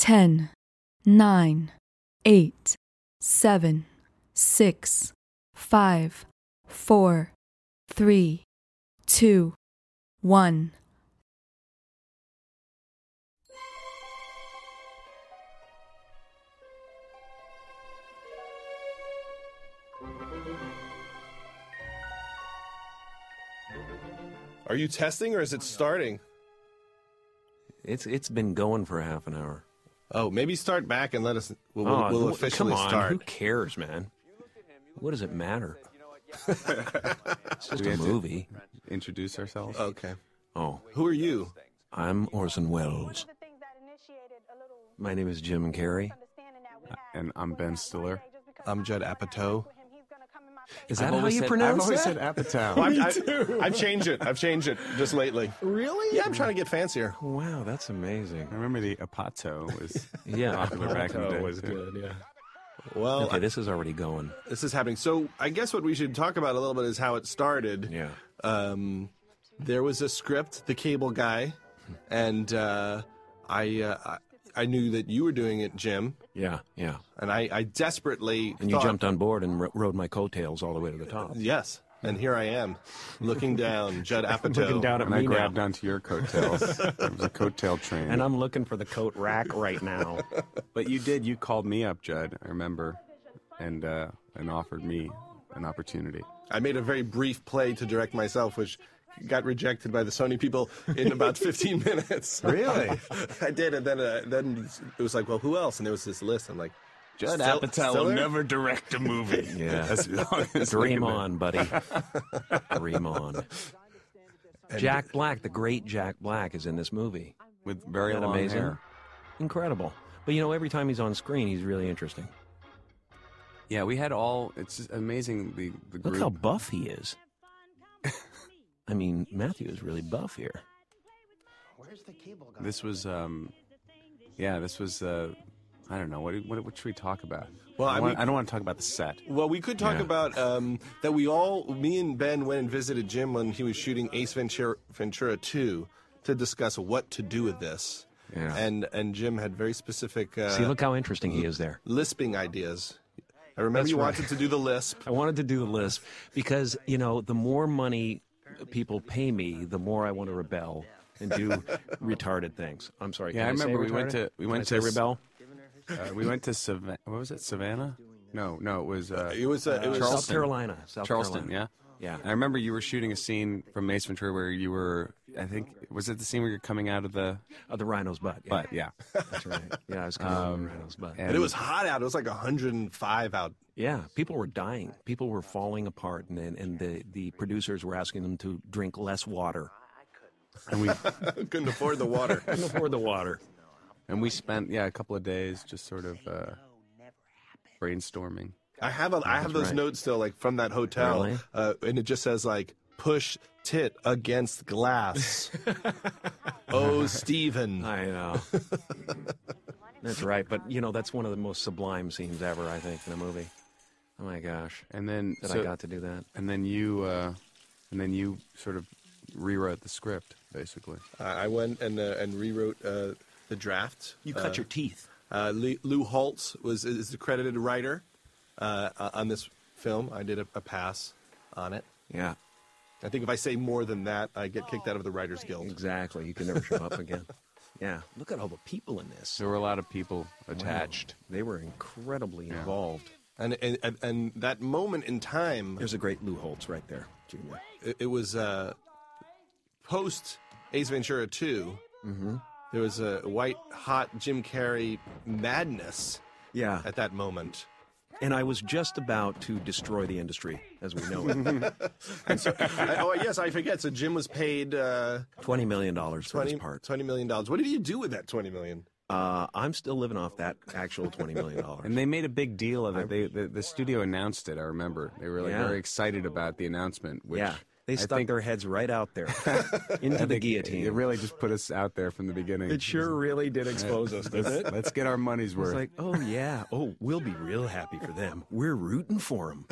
10, 9, 8, 7, 6, 5, 4, 3, 2, 1. Are you testing or is it starting? It's it's been going for half an hour. Oh, maybe start back and let us. We'll, we'll- Oh, we'll who- officially come on, Who start. cares, man? What does it matter? it's just Do we a have to- movie. Introduce ourselves. Okay. Oh, Who are you? I'm Orson Welles. the things that initiated a little My name is Jim Carrey. understanding that we had. and I'm Ben Stiller. I'm Judd Apatow. Is I've that how always you said- I've pronounce I've always that? said Apatow. Well, I've, I've, I've changed it. I've changed it just lately. really? Yeah, I'm trying to get fancier. wow, that's amazing. I remember the Apato was Yeah. popular back in the day. good, yeah. Well, Okay, this is already going. this is happening. So I guess what we should talk about a little bit is how it started. Yeah. um, there was a script, The Cable Guy, and uh, I, uh, I I knew that you were doing it, Jim, Yeah, yeah. and I, I desperately And you thought, jumped on board and ro- rode my coattails all the way to the top. Yes, and here I am, looking down, Judd Apatow. Looking down at And I me now. grabbed onto your coattails. it was a coattail train. And I'm looking for the coat rack right now. but you did. You called me up, Judd. I remember, and uh, and offered me an opportunity. I made a very brief play to direct myself, which got rejected by the Sony people in about 15 minutes. Really? I did, and then uh, then it was like, well, who else? And there was this list. I'm like, Judd Stil- Apatow will Stiller? never direct a movie. Yeah. That's long as Dream on, buddy. Dream on. Jack Black, the great Jack Black, is in this movie. With very Isn't that long amazing? hair. Incredible. But you know, every time he's on screen, he's really interesting. Yeah, we had all. It's just amazing the the group. Look how buff he is. I mean, Matthew is really buff here. this was. Um, yeah, this was. Uh, I don't know. What, do- what what should we talk about? Well, I I, want, mean- I don't want to talk about the set. Well, we could talk Yeah. about um, that. We all, me and Ben, went and visited Jim when he was shooting Ace Ventura, Ventura 2 to discuss what to do with this. Yeah. And and Jim had very specific uh, See, look how interesting he is there. lisping ideas. I remember That's you right. wanted to do the lisp. I wanted to do the list because, you know, the more money people pay me, the more I want to rebel and do retarded things. I'm sorry. Yeah, can I say remember we went retarded? to- we Can went I say to s- rebel. Uh, we went to Savannah. What was it? Savannah? No, no, it was. Uh, It was, uh, it was South Carolina. South Charleston, Carolina. Yeah. yeah. I remember you were shooting a scene from Mace Ventura where you were, I think, was it the scene where you're coming out of the Uh, the rhino's butt. Yeah. Um, butt? Yeah. That's right. Yeah, I was coming out of the rhino's butt. and- And it was hot out. It was like 105 out. Yeah, people were dying. People were falling apart, and and, and the, the producers were asking them to drink less water. And we Couldn't afford the water. Couldn't afford the water. and we spent yeah a couple of days just sort of uh, brainstorming. I have a, I have those right. notes still, like from that hotel, Really? uh, and it just says like push tit against glass. oh, Steven. I know. that's right. But you know, that's one of the most sublime scenes ever. I think in a movie. Oh my gosh, And then that so- I got to do that. and then you uh, and then you sort of rewrote the script basically. I I went and uh, and rewrote uh, the draft. You cut Uh, your teeth. Uh, Lou, Lou Holtz was is the credited writer uh, uh, on this film. I did a, a pass on it. Yeah, I think if I say more than that, I get kicked out of the Writers Guild. exactly. You can never show up again. Yeah, look at all the people in this. There were a lot of people attached. They were incredibly involved. And and, and, and that moment in time, There's a great Lou Holtz right there, Junior. it, it was uh, post Ace Ventura 2 There was a white hot Jim Carrey madness Yeah, at that moment. and I was just about to destroy the industry as we know it. I- oh yes, I forget. So Jim was paid. Uh, Twenty million dollars for this 20, part. $20 million dollars. What did you do with that 20 million? Uh, I'm still living off that actual twenty million dollars. And they made a big deal of it. They the, the studio announced it. I remember they were like Yeah. very excited about the announcement. Which Yeah, they I stuck think- their heads right out there into the guillotine. It really just put us out there from the beginning. It sure really did expose us, didn't it? Let's get our money's It's worth. like, oh yeah, oh we'll be real happy for them. We're rooting for them.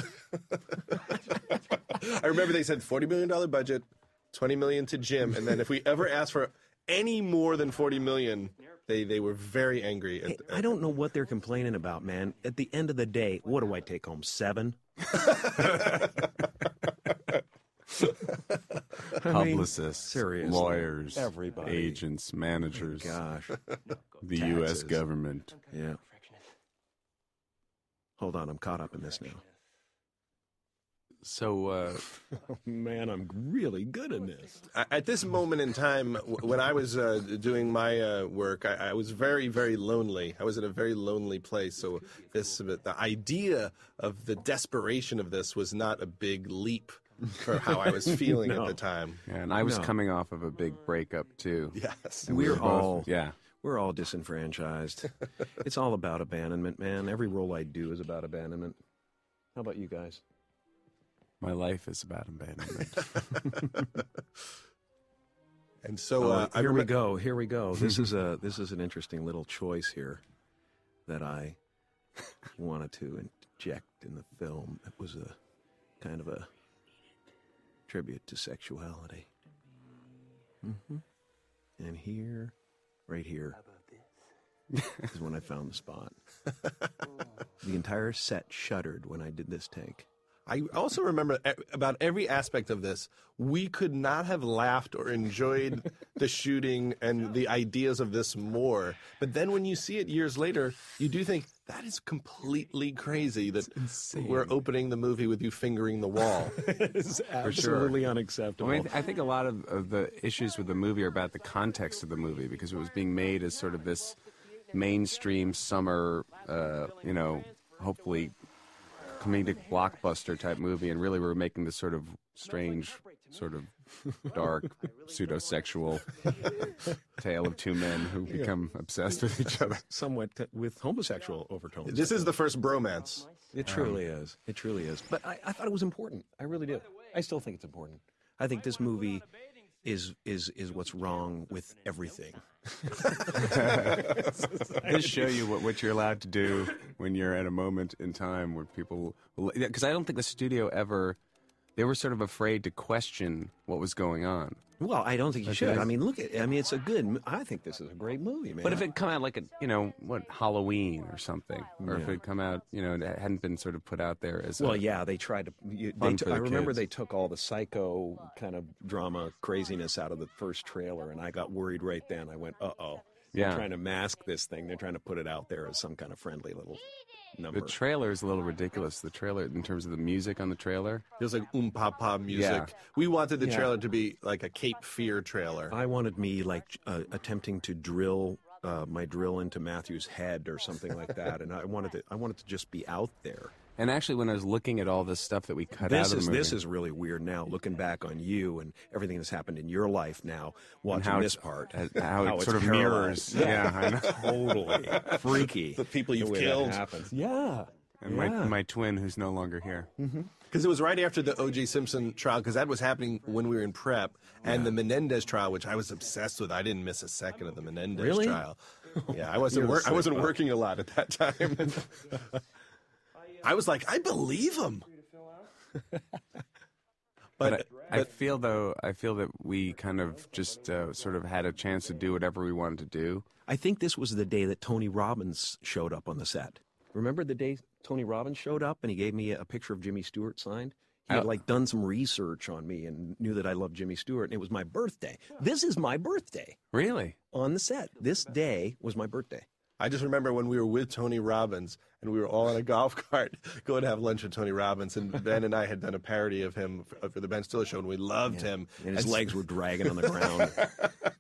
I remember they said forty million dollar budget, twenty million to Jim, and then if we ever ask for any more than forty million, They they were very angry. At, Hey, I don't know what they're complaining about, man. At the end of the day, what do I take home? Seven? I mean, Publicists, seriously, lawyers, everybody. agents, managers, Gosh. the Taxes. U.S. government. Yeah. Hold on, I'm caught up in this now. So, uh, Oh, Man, I'm really good in this. A- At this moment in time, w- when I was uh, doing my uh, work, I, I was very, very lonely. I was in a very lonely place. So this, the idea of the desperation of this was not a big leap for how I was feeling at the time. and I was No. coming off of a big breakup too. Yes. And we We're were both- all- yeah. We're all disenfranchised. it's all about abandonment, man. Every role I do is about abandonment. How about you guys? My life is about abandonment. And so Oh, uh, I here we remem- go. Here we go. This is a this is an interesting little choice here that I wanted to inject in the film. It was a kind of a tribute to sexuality. hmm And here, right here, is when I found the spot. the entire set shuddered when I did this take. I also remember e- about every aspect of this. We could not have laughed or enjoyed the shooting and the ideas of this more. But then when you see it years later, you do think that is completely crazy that we're opening the movie with you fingering the wall. It's absolutely unacceptable. I mean, I think a lot of, of the issues with the movie are about the context of the movie because it was being made as sort of this mainstream summer, uh, you know, hopefully comedic blockbuster type movie, and really we're making this sort of strange, sort of dark, pseudo-sexual tale of two men who become obsessed with each other. somewhat t- with homosexual overtones. this is the first bromance. It Um, truly is. It truly is. But I, I thought it was important. I really do. I still think it's important. I think this movie is is is what's wrong with everything. Just show you what, what you're allowed to do when you're at a moment in time where people. Because I don't think the studio ever. They were sort of afraid to question what was going on. Well, I don't think you should. I mean, look at. I mean, it's a good. m- I think this is a great movie, man. But if it come out like a, you know, what Halloween or something, or if it come out, you know, it hadn't been sort of put out there as. well, a, yeah, they tried to. You, they Fun t- for the I remember kids. they took all the psycho kind of drama craziness out of the first trailer, and I got worried right then. I went, "Uh oh, Yeah. they're trying to mask this thing. They're trying to put it out there as some kind of friendly little number." The trailer is a little ridiculous. The trailer, in terms of the music on the trailer, There's like um pa pa music. Yeah. We wanted the trailer to be like a Cape Fear trailer. I wanted me like uh, attempting to drill uh, my drill into Matthew's head or something like that, and I wanted to I wanted to just be out there. and actually, when I was looking at all this stuff that we cut out This of the is movie, this is really weird now, looking back on you and everything that's happened in your life now, and watching how this it- part, how, it it's sort of mirrors, paralyzed. yeah, I know. totally freaky. The people you've way that killed. happens. yeah. and Yeah. my my twin who's no longer here. Because it was right after the O.J. Simpson trial, because that was happening when we were in prep, and the Menendez trial, which I was obsessed with. I didn't miss a second of the Menendez Really? trial. Yeah, I wasn't. You're a Wor- I wasn't psycho. working a lot at that time. I was like, I believe him. but, but I, I feel though I feel that we kind of just uh, sort of had a chance to do whatever we wanted to do. I think this was the day that Tony Robbins showed up on the set. Remember the day Tony Robbins showed up and he gave me a picture of Jimmy Stewart signed? He had Oh. like done some research on me and knew that I loved Jimmy Stewart and it was my birthday. This is my birthday Really? on the set. This day was my birthday. I just remember when we were with Tony Robbins and we were all in a golf cart going to have lunch with Tony Robbins, and Ben and I had done a parody of him uh, for, for the Ben Stiller show, and we loved him. And his legs were dragging on the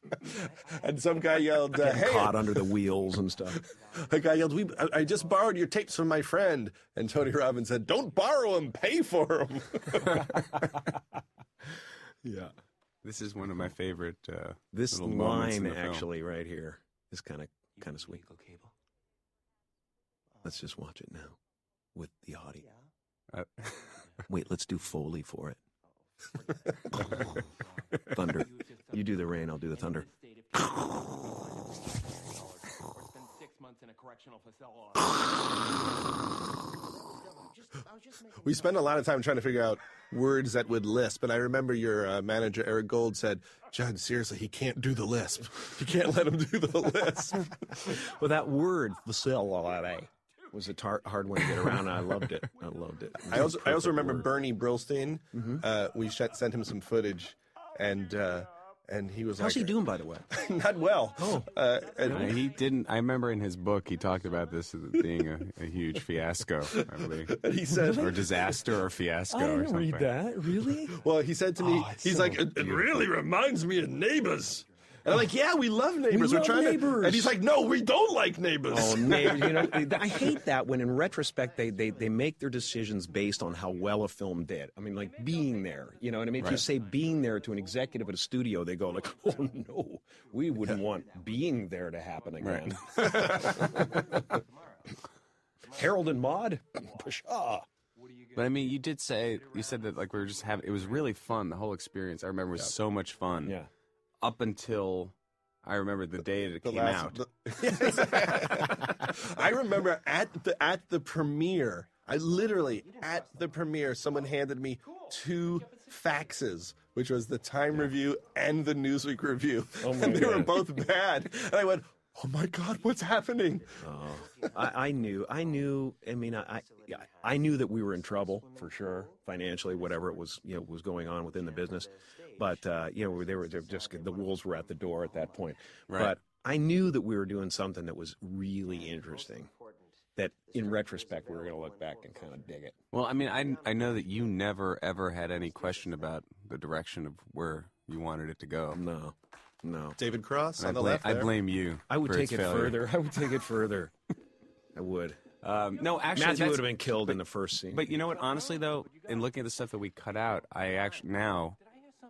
ground, And some guy yelled, uh, "Hey, caught under the wheels and stuff. A guy yelled, "We! I- I just borrowed your tapes from my friend." And Tony Robbins said, "Don't borrow them, pay for them." Yeah. This is one of my favorite. Uh, This little moments in line the film. actually right here is kind of kind of sweet. Let's just watch it now with the audio. Uh, Wait, let's do Foley for it. thunder. You do the rain, I'll do the thunder. months in a correctional facility. We spend a lot of time trying to figure out words that would lisp. And I remember your uh, manager, Eric Gold, said, John, seriously, he can't do the lisp. You can't let him do the lisp. Well, that word facility was a tar- hard one to get around, and I loved it. I loved it. I also, I also remember Perfect Bernie Mm-hmm. word. Brillstein. Uh, we sh- sent him some footage, and uh, and he was How's he like, doing, by the way? Not well. Oh. Uh, and- Uh, he didn't. I remember in his book he talked about this as it being a, a huge fiasco, I believe, and he said, or disaster or fiasco or something. that. Really? Well, he said to me, Oh, it's he's so like, it, it really reminds me of neighbors. And I'm like, yeah, we love neighbors. are love trying to. Neighbors. And he's like, no, we don't like neighbors. Oh, neighbors, you know, th- I hate that when in retrospect they, they, they make their decisions based on how well a film did. I mean, like being there, you know what I mean? If you say being there to an executive at a studio, they go like, oh no, we wouldn't want being there to happen again. Harold and Maude, pshaw. But I mean, you did say you said that like we were just having. It was really fun. The whole experience I remember was so much fun. Yeah. Up until I remember the day that it The came last- out. the- I remember at the at the premiere. I literally at the premiere, someone handed me two faxes, which was the Time Review and the Newsweek Review, Oh, and they were both bad. And I went, "Oh my God, what's happening?" Oh. I, I knew, I knew. I mean, I, I, I knew that we were in trouble for sure, financially, whatever it was, you know, was going on within the business. But uh, you know, they were, they were just the wolves were at the door at that point. But I knew that we were doing something that was really interesting. That in retrospect, we were going to look back and kind of dig it. Well, I mean, I I know that you never ever had any question about the direction of where you wanted it to go. No, no. David Cross Mm, I on the blame, left. I there. blame you. I would for take its it failure. further. I would take it further. I would. Um, no, actually, Matthew that's- would have been killed in the first scene. But you know what? Honestly, though, in looking at the stuff that we cut out, I actually now,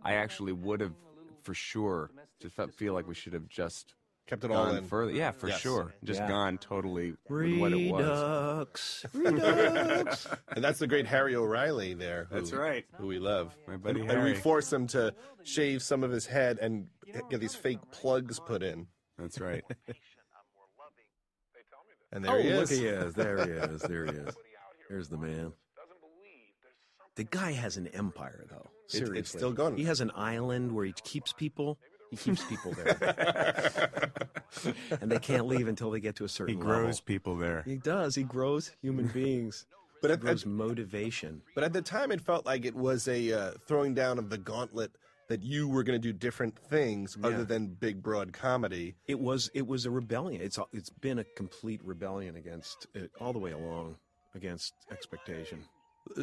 I actually would have for sure just felt, feel like we should have just kept it all gone in. further. Yeah, for Yes. sure, just Yeah. gone totally with what it was. And that's the great Harry O'Reilly there. Who, That's right. Who we love. My buddy and, and we Harry. force him to shave some of his head and get these fake plugs put in. That's right. And there Oh, he look, is. he is. There he is. There he is. There's the man. The guy has an empire, though. Seriously, it's still going. He has an island where he keeps people. He keeps people there, and they can't leave until they get to a certain. level. people there. He does. He grows human beings. But But at- it grows at- motivation. But at the time, it felt like it was a uh, throwing down of the gauntlet that you were going to do different things other than big, broad comedy. It was. It was a rebellion. It's. a- It's been a complete rebellion against uh, all the way along against expectation.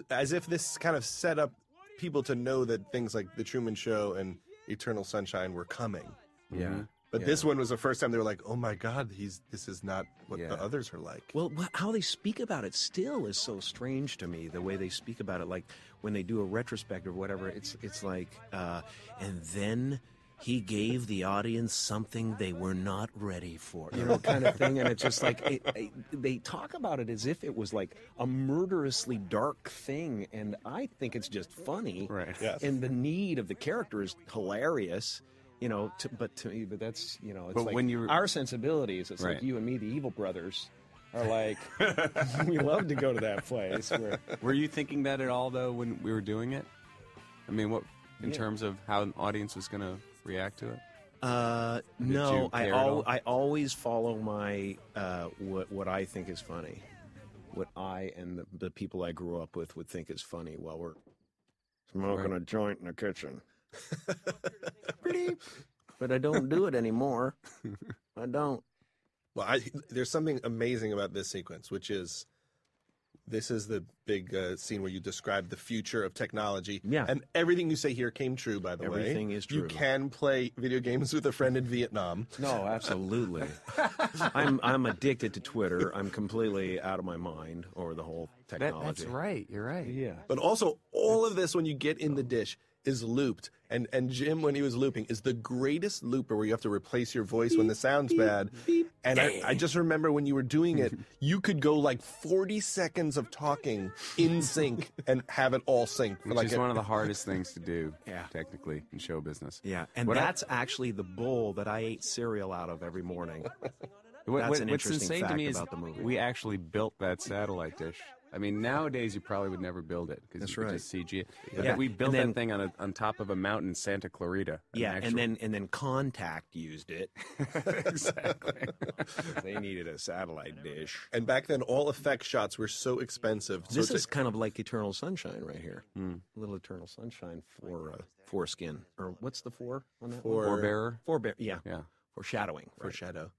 As if this kind of set up people to know that things like The Truman Show and Eternal Sunshine were coming. Yeah. But this one was the first time they were like, "Oh my God, he's this is not what Yeah. the others are like." Well, wh- how they speak about it still is so strange to me. The way they speak about it, like when they do a retrospective or whatever, it's it's like, uh, and then he gave the audience something they were not ready for, you know, kind of thing. And it's just like it, it, they talk about it as if it was like a murderously dark thing, and I think it's just funny. Right. Yes. And the need of the character is hilarious. You know, to, but to me, but that's you know, it's But like when you- our sensibilities. It's Right. like you and me, the evil brothers, are like, we love to go to that place. Where, Were you thinking that at all though when we were doing it? I mean, what in terms of how an audience was going to react to it? uh, you no, I, care at all? al- I always follow my uh, what what I think is funny, what I and the, the people I grew up with would think is funny while we're smoking a joint in the kitchen. Pretty, but I don't do it anymore. I don't. Well, I, there's something amazing about this sequence, which is this is the big uh, scene where you describe the future of technology. Yeah. And everything you say here came true, by the way. Everything is You true. can play video games with a friend in Vietnam. No, absolutely. I'm I'm addicted to Twitter. I'm completely out of my mind over the whole technology. right. You're right. Yeah. But also, all of this, when you get in the dish, is looped. And, and Jim, when he was looping, is the greatest looper where you have to replace your voice when the sound's bad. And I, I just remember when you were doing it, you could go like 40 seconds of talking in sync and have it all sync. for Which like is a- one of the hardest things to do, Yeah. technically, in show business. Yeah, and What I- that's actually the bowl that I ate cereal out of every morning. What, That's what- an what's interesting insane to fact me is about the movie. we actually built that satellite dish. I mean, nowadays you probably would never build it because That's you could right. just CG it. But Yeah. we And built then- that thing on a, on top of a mountain, in Santa Clarita. an yeah, actual- and then and then Contact used it. exactly. they needed a satellite dish. And back then, all effect shots were so expensive. So This it's is kind of like Eternal Sunshine right here. Little Eternal Sunshine for uh, foreskin or what's the four on that? For- Forebearer. One? Forebear. Yeah, Yeah. foreshadowing. for shadow.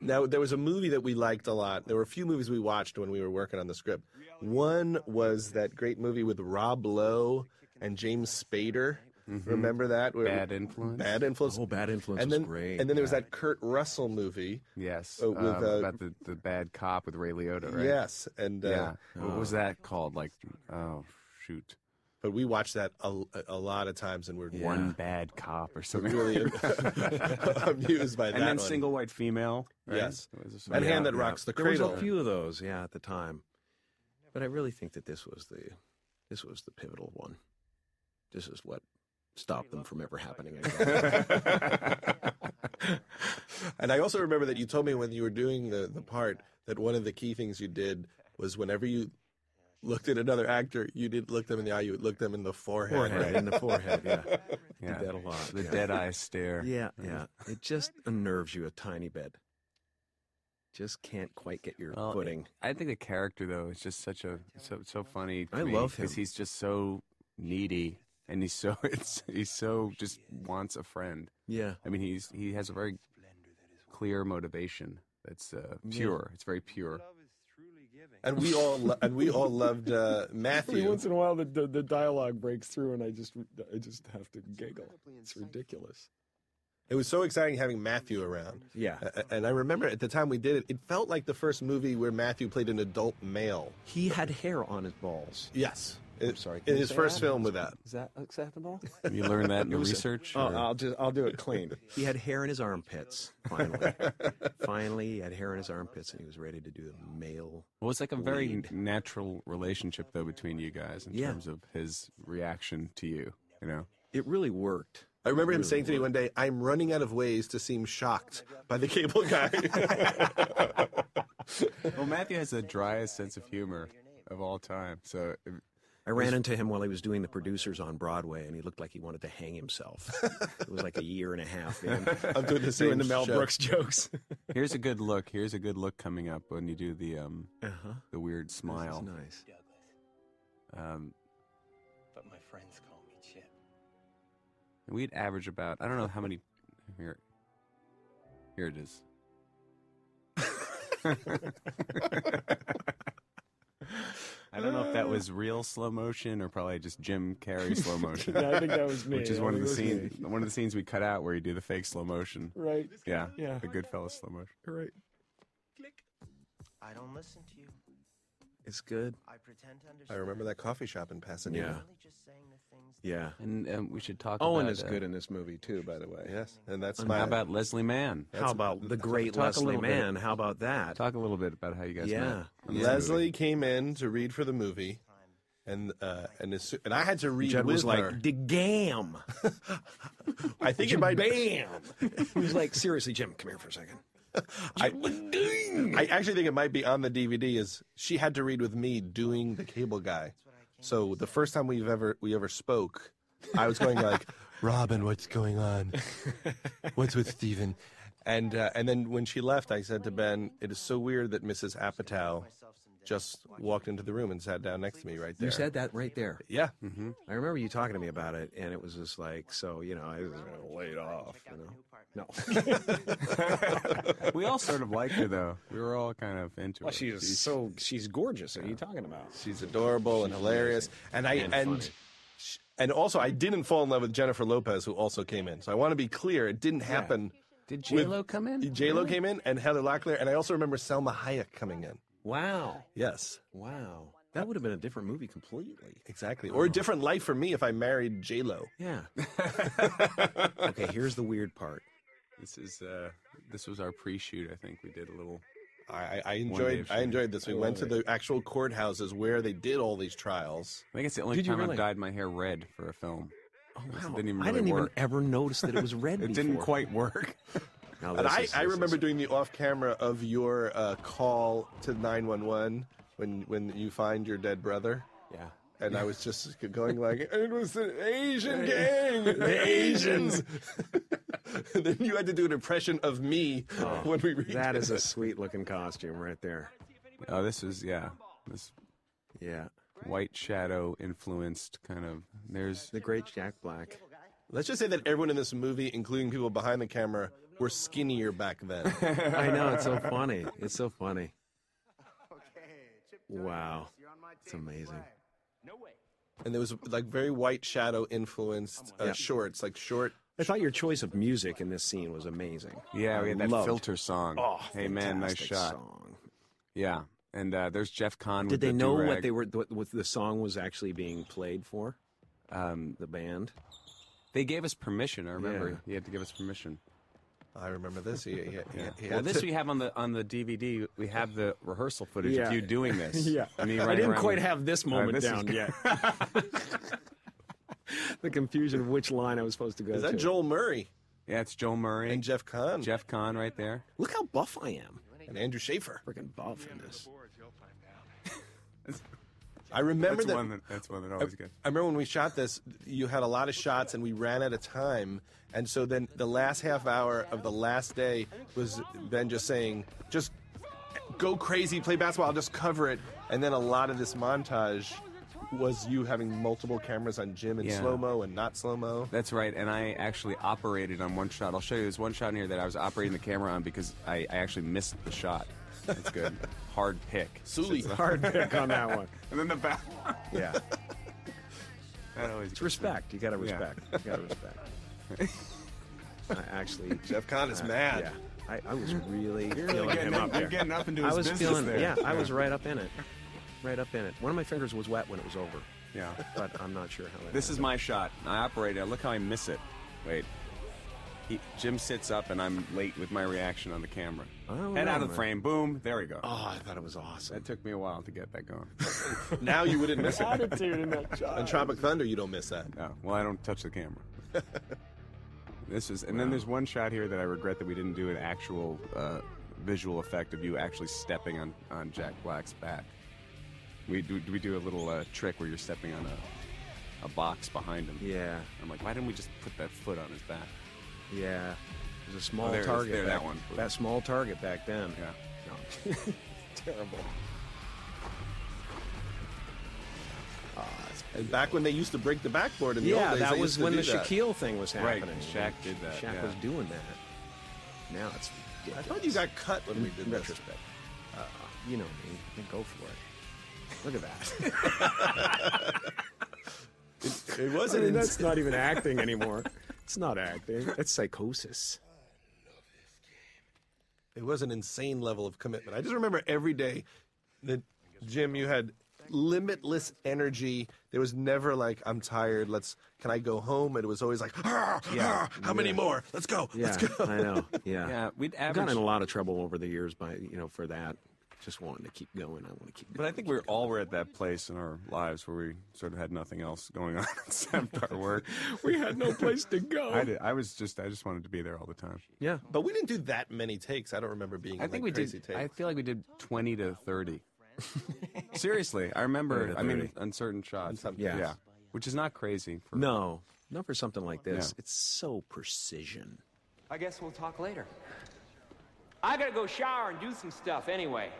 Now there was a movie that we liked a lot. There were a few movies we watched when we were working on the script. One was that great movie with Rob Lowe and James Spader. Remember that? Where- Mm-hmm. Bad influence. Bad influence. Oh, Bad Influence and was then, great. and then there was that Kurt Russell movie. Yes. Oh, Uh, with, um, uh, about the, the bad cop with Ray Liotta, right? Yes, and uh, Yeah. What was that called? Like, oh shoot, but we watched that a, a lot of times, and we're one bad cop or something. really amused by that. and then one. single white female. right? Yes. It was a and sort of- hand that yeah. rocks the There was cradle. a few of those, yeah, at the time. But I really think that this was the this was the pivotal one. This is what stopped them from ever happening again. And I also remember that you told me when you were doing the, the part that one of the key things you did was whenever you looked at another actor, you didn't look them in the eye, you looked them in the forehead. forehead right? in the forehead, yeah. Yeah. Did that a lot. The yeah. dead eye stare. Yeah, yeah. It just unnerves you a tiny bit. Just can't quite get your Well, footing. I think the character though is just such a so so funny. to I me, love him. he's just so needy and he's so it's he's so just wants a friend. Yeah. I mean, he's he has a very clear motivation that's uh, Yeah. pure. It's very pure. And we all lo- and we all loved uh, Every Matthew. once in a while, the, the the dialogue breaks through, and I just I just have to giggle. It's ridiculous. It was so exciting having Matthew around. Yeah. A- a- And I remember at the time we did it, it felt like the first movie where Matthew played an adult male. He had hair on his balls. Yes. I'm It- sorry. can In you his say first that? film with that. Is that acceptable? You learn that in the was a- research. Oh, or- I'll just I'll do it clean. He had hair in his armpits. Finally, finally, he had hair in his armpits, and he was ready to do the male. Well, it's like a very lead. natural relationship though between you guys in Yeah. terms of his reaction to you. You know, It really worked. I remember him saying to me one day, I'm running out of ways to seem shocked by the cable guy. well, Matthew has the driest sense of humor of all time. So if- I ran into him while he was doing the producers on Broadway, and he looked like he wanted to hang himself. it was like a year and a half in. I'm doing the same Doing the Mel show. Brooks jokes. here's a good look. Here's a good look coming up when you do the um Uh-huh. the weird This is smile. nice. Um, but my friends call me Chip. we'd average about I don't know how many. Here, here it is. I don't know if that was real slow motion or probably just Jim Carrey slow motion. No, I think that was me. Which is I one of think the it was me. scenes, one of the scenes we cut out where you do the fake slow motion. Right. Yeah, Yeah. the Goodfellas slow motion. Right. I don't listen to you. It's good. I pretend to I understand. remember that coffee shop in Pasadena. Yeah. I'm only just saying the things that Yeah. And um, we should talk. Owen about, is uh, good in this movie too, by the way. Yes, and that's How my. about Leslie Mann? How about the great Talk a Leslie little bit. Mann? How about that? Talk a little bit about how you guys Yeah. met. on this Leslie came in to read for the movie, and uh, and as, soo- and I had to read Judd with was her. like, "De gam." I think it might. Bam! He was like, seriously, Jim, come here for a second. I, I actually think it might be on the DVD. Is she had to read with me doing the cable guy? So the first time we've ever we ever spoke, I was going like, Robin, what's going on? What's with Steven? And uh, and then when she left, I said to Ben, "It is so weird that Mrs. Apatow just walked into the room and sat down next to me right there." You said that right there. Mm-hmm. "Yeah." I remember you talking to me about it, and it was just like, so, you know, I was uh, laid off, you know. No. movie. we all sort of liked her though. We were all kind of into her. She's so she's gorgeous. What are you talking about? She's adorable and hilarious. And I and and, sh- and also I didn't fall in love with Jennifer Lopez, who also came in. So I want to be clear, it didn't happen. Did with- J Lo come in? J Lo came in and Heather Locklear, and I also remember Selma Hayek coming in. Wow. Yes, Wow. That would have been a different movie completely. exactly. Or a different life for me if I married J Lo. Yeah. okay, here's the weird part. This is uh, this was our pre-shoot. I think we did a little. I, I- I day enjoyed of I shooting. enjoyed this. We went to the actual courthouses where they did all these trials. I think it's the only Did you time really? I've dyed my hair red for a film. Oh, It didn't even I really didn't work. even ever notice that it was red It before. didn't quite work. Now And this I, is- I this remember is- doing the off camera of your uh, call to 911 when when you find your dead brother. Yeah. And I was just going like, it was the Asian gang, the Asians. and then you had to do an impression of me when we read That is a sweet looking costume right there. Oh, this is yeah, this Yeah. White Shadow influenced kind of. There's The great Jack Black. Let's just say that everyone in this movie, including people behind the camera, were skinnier back then. I know, it's so funny. It's so funny. Wow. It's amazing. and there was like very white shadow influenced uh, shorts, like short. I thought your choice of music in this scene was amazing. yeah, we I had that loved- filter song. Oh, hey man, nice fantastic shot. Song. Yeah, and uh, there's Jeff Conn. Did with they the know do-rag. what they were what, what the song was actually being played for? Um, The band. they gave us permission. I remember Yeah. he had to give us permission. I remember this. He, he, he- he Well, had this to- we have on the on the DVD. We have the rehearsal footage Yeah. of you doing this. Yeah. me I running didn't around quite with- have this moment this is down yet. the confusion of which line I was supposed to go is that to. Joel Murray Yeah, it's Joe Murray and Jeff Kahn Jeff Conn right there. Look how buff I am. and Andrew Schaefer? Freaking buff in this. I remember That's that. one. That, that's one that always good. I remember when we shot this, you had a lot of shots and we ran out of time. And so then the last half hour of the last day was Ben just saying, just go crazy, play basketball, I'll just cover it. And then a lot of this montage was you having multiple cameras on Jim in Yeah. slow mo and not slow mo. That's right, and I actually operated on one shot. I'll show you. There's one shot in here that I was operating the camera on because I, I actually missed the shot. That's good. Hard pick. Sully. Hard pick on that one. And then the back. Yeah. That always It's respect. You gotta respect. You gotta respect. I actually Jeff Kahn is uh, mad. Yeah. I, I was really feeling him up there. getting up into I was feeling yeah, I was right up in it. Right up in it. One of my fingers was wet when it was over, Yeah. but I'm not sure how that This is happened. my shot. I operate it. Look how I miss it. Wait. He, Jim sits up, and I'm late with my reaction on the camera. Oh, Head out no, of the man. frame. Boom. There we go. Oh, I thought it was awesome. That took me a while to get that going. Now you wouldn't miss it. Attitude in that On shot. Tropic Thunder, you don't miss that. No, well, I don't touch the camera. this is, and then there's one shot here that I regret that we didn't do an actual uh, visual effect of you actually stepping on, on Jack Black's back. We do, we do a little uh, trick where you're stepping on a, a box behind him. Yeah, I'm like, why didn't we just put that foot on his back? yeah. There's a small Oh, there it is. target. There, back, that one. That small target back then. Yeah. No. Terrible. And back when they used to break the backboard in the old yeah, days, that they was used to when do the that. Shaquille thing was Right, happening. Shaq did that, Shaq yeah. was doing that. Now it's I ridiculous. thought you got cut when we did in this. retrospect. Uh, you know me. Then go for it. Look at that. It I wasn't. in- mean, that's not even acting anymore. It's not acting. That's psychosis. It was an insane level of commitment. I just remember every day that Jim, you had limitless energy. There was never like, I'm tired. Let's can I go home? It was always like, "Ah, ah, how many more? Let's go. Yeah, Let's go. I know. Yeah. Yeah, we'd I've gotten average. in a lot of trouble over the years by you know for that. Just wanting to keep going. I want to keep. But I think we all were at that place in our lives where we sort of had nothing else going on except our work. we had no place to go. I, did, I was just, I just wanted to be there all the time. Yeah. But we didn't do that many takes. I don't remember being. I think like, we crazy did. Takes. I feel like we did twenty to thirty. Seriously, I remember. 20 to I mean, 30. uncertain shots. some Yeah. yeah, which is not crazy. For, No, not for something like this. Yeah. It's so precision. I guess we'll talk later. I gotta go shower and do some stuff anyway.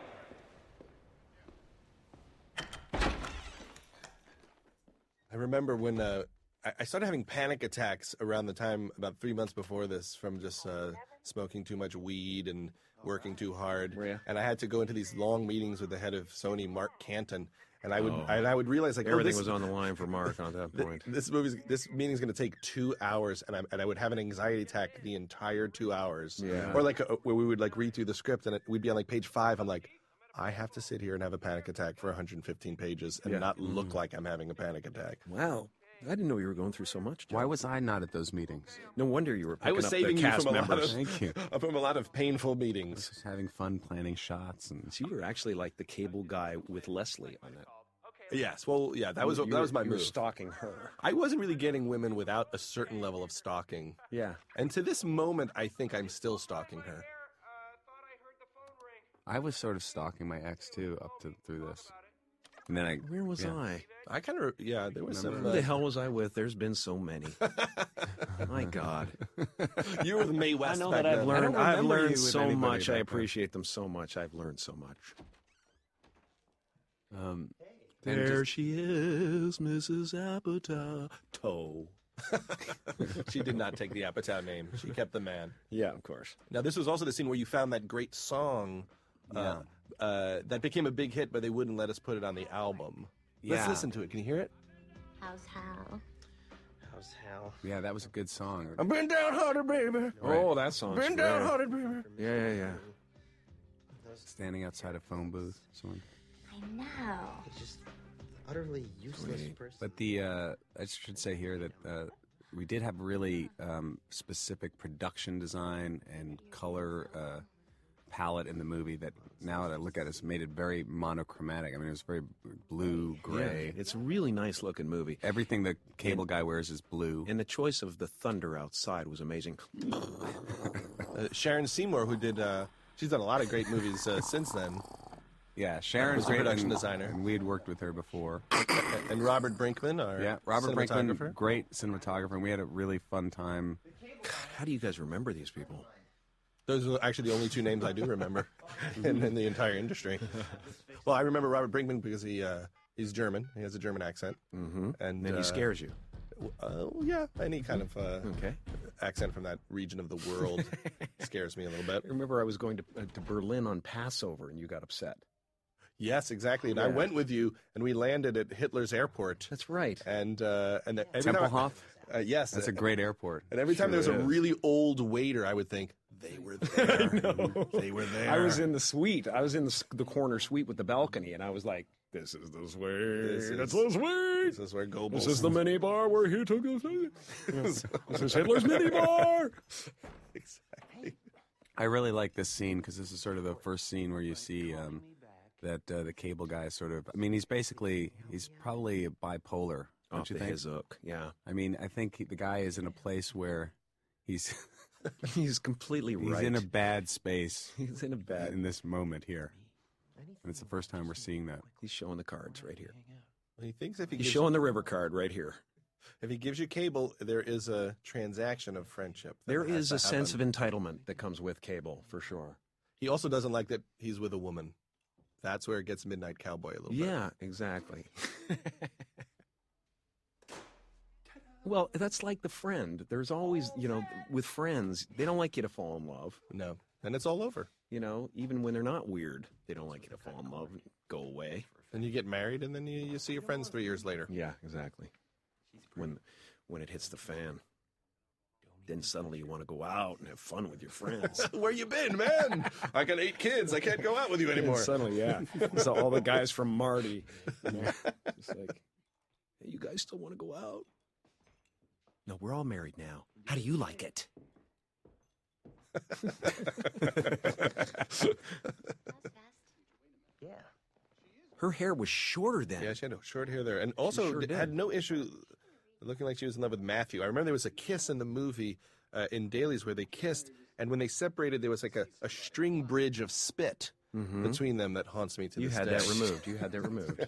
I remember when uh, I, I started having panic attacks around the time about three months before this from just uh, smoking too much weed and working too hard. And I had to go into these long meetings with the head of Sony, Mark Canton, and I would and I would realize like oh, Everything this- was on the line for Mark on that Th- point. This movie's this meeting's going to take two hours, and I and I would have an anxiety attack the entire two hours. Yeah. Or like uh, where we would like read through the script, and it, we'd be on like page five. I'm like, I have to sit here and have a panic attack for 115 pages and not look Mm-hmm. like I'm having a panic attack. Wow. I didn't know you were going through so much. Joe. Why was I not at those meetings? No wonder you were. Picking I was up saving the you cast from a lot members. of Thank you. from a lot of painful meetings. Just having fun planning shots and So you were actually like the cable guy with Leslie on that. Yes. Well, yeah, that was You that were- was my you were move. stalking her. I wasn't really getting women without a certain level of stalking. Yeah. And to this moment, I think I'm still stalking her. I was sort of stalking my ex too up to through this, and then I Where was Yeah. I? I kind of yeah, there was Who the some. hell was I with? There's been so many. my God. Uh, you were with Mae West. I know back that I've then. learned. I don't I've remember you learned with so anybody much. I back then. appreciate them so much. I've learned so much. um then There just- she is, Mrs. Apatow. she did not take the Apatow name. She kept the man. Yeah, of course. Now, this was also the scene where you found that great song uh, uh, that became a big hit, but they wouldn't let us put it on the album. Let's Yeah. listen to it. Can you hear it? How's how? How's Hal? yeah, that was a good song. I've been downhearted, baby. Oh, that song's Been rad. downhearted, baby. Yeah, yeah, yeah. Those Standing outside a phone booth, someone. I know. just utterly useless person. But the uh, I should say here that uh, we did have really um, specific production design and color uh, palette in the movie that now that I look at it, it's made it very monochromatic. I mean, it was very blue, gray. It's a really nice looking movie. Everything the cable guy wears is blue. And the choice of the thunder outside was amazing. Uh, Sharon Seymour, who did, uh, she's done a lot of great movies uh, since then. yeah, Sharon's Who's the great production and- designer? and we had worked with her before. And Robert Brinkman, our Yeah, Robert cinematographer. Franklin, great cinematographer, and we had a really fun time. How do you guys remember these people? Those are actually the only two names I do remember in, in the entire industry. Well, I remember Robert Brinkman because he uh, he's German. He has a German accent, mm-hmm. and And then uh, he scares you. Uh, yeah, any kind of uh, Okay. accent from that region of the world scares me a little bit. Remember, I was going to, uh, to Berlin on Passover and you got upset. Yes, exactly. And I Yeah. went with you, and we landed at Hitler's airport, That's right. and uh, and every time I- Tempelhof, Uh, yes, that's a great airport. And every time there was Sure a is. really old waiter, I would think they were there. They were there. I was in the suite. I was in the, s- the corner suite with the balcony, and I was like, "This is the This suite. is- It's the This suite. is where Goebbels. This is the mini bar where he took us. This is Hitler's mini bar." exactly. I really like this scene because this is sort of the first scene where you see um, that uh, the cable guy is sort of. I mean, he's basically he's probably bipolar. Don't Off you Oh, the think? Hizook. Yeah. I mean, I think he- the guy is in a place where he's He's completely he's right. in a bad space he's in a bad. in this moment here, and it's the first time we're seeing that. He's showing the cards right here. He thinks if he He's gives, showing the river card right here. if he gives you cable, there is a transaction of friendship. that There has is to a sense of happen. entitlement that comes with cable, for sure. He also doesn't like that he's with a woman. That's where it gets Midnight Cowboy a little bit. Yeah, exactly. well, that's like the friend. There's always, you know, with friends, they don't like you to fall in love. No. And it's all over. You know, even when they're not weird, they don't like you to fall in love. and Go away. Then you get married, and then you, you see your friends three years later. Yeah, exactly. When when it hits the fan, then suddenly you want to go out and have fun with your friends. Where you been, man? I got eight kids. I can't go out with you And anymore. suddenly, yeah, so all the guys from Marty. you know, just like, hey, you guys still want to go out? No, we're all married now. How do you like it? Yeah. Her hair was shorter then. Yeah, she had a short hair there, and also sure d- did. had no issue looking like she was in love with Matthew. I remember there was a kiss in the movie uh, in Dailies where they kissed, and when they separated, there was like a, a string bridge of spit between them that haunts me to Mm-hmm. you this had day. that removed. You had that removed.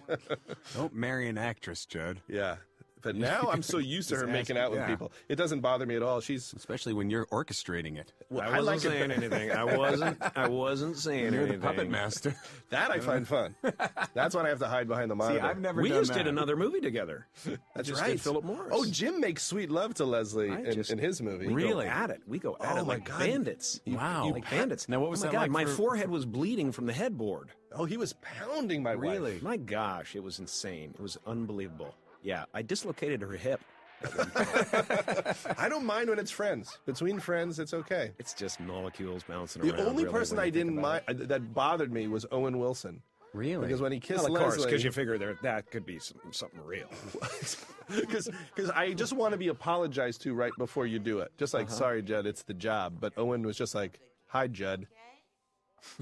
Don't Oh, marry an actress, Judd. Yeah, but now I'm so used to her making out with yeah. people. It doesn't bother me at all. She's Especially when you're orchestrating it. well, I wasn't like it- saying anything. I wasn't. I wasn't saying You're the anything. puppet master. that I find fun. That's what I have to hide behind the monitor. never. We just did another movie together. That's just right. did Philip Morris. Oh, Jim makes sweet love to Leslie I in, just- in his movie. We Really? go at it. We go at Oh it my like God. bandits. Wow. you like pat- bandits. Now, what was oh my that God, like My for- forehead was bleeding from the headboard. Oh, he was pounding my wife. Really? My gosh, it was insane. It was unbelievable. Yeah, I dislocated her hip. I don't mind when it's friends. Between friends, it's okay. It's just molecules bouncing The around. only really, person when I you think didn't about mind it. that bothered me was Owen Wilson Really? because when he Well, kissed of course, because you Leslie, figure there that could be some, something real. because I just want to be apologized to right Uh-huh. before you do it. Just like, sorry, Judd, it's the job. But Owen was just like, hi, Judd.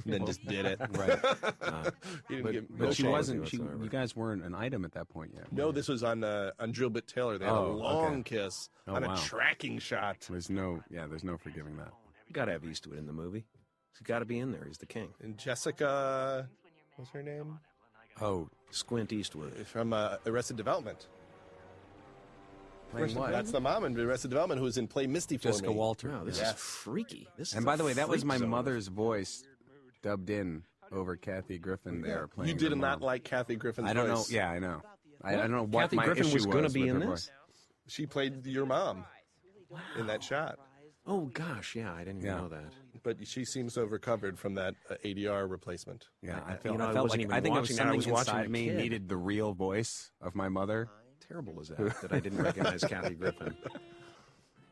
then just did it. Right. Uh, You didn't But, give but no she follow-up. wasn't. She, whatsoever. you guys weren't an item at that point yet. No, were you? this was on uh, on Drillbit Taylor. They had Oh, a okay. long kiss Oh, on wow. a tracking shot. There's no. Yeah, there's no forgiving that. gotta have Eastwood in the movie. He's gotta be in there. He's the king. And Jessica, what's her name? Oh, Squint Eastwood. From uh, Arrested Development. playing what? That's the mom in Arrested Development who was in Play Misty for Jessica me. Walter. Wow, this Yeah. is freaky. This is And a by the way, that was freak my zone. mother's voice dubbed in over Kathy Griffin there playing. You did her not mom. like Kathy Griffin's I don't know. voice. Yeah, I know. I, I don't know what Kathy my Griffin issue was gonna be with in her this? voice. She played your mom in that shot. Oh gosh, yeah, I didn't even Yeah. know that. But she seems to have recovered from that uh, ADR replacement. Yeah, I you felt. know, I I felt wasn't like even I think it was watching that. I something was watching inside the me kid. needed the real voice of my mother. Terrible is that that I didn't recognize Kathy Griffin.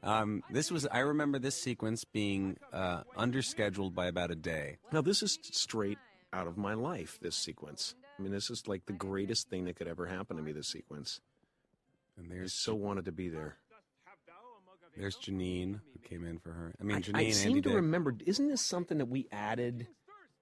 Um, this was. I remember this sequence being uh, underscheduled by about a day. Now this is straight out of my life. This sequence. I mean, this is like the greatest thing that could ever happen to me. This sequence. And I there's so wanted to be there. there's Janine who came in for her. I mean, Janine. I, I Andy seem to Dick. remember. Isn't this something that we added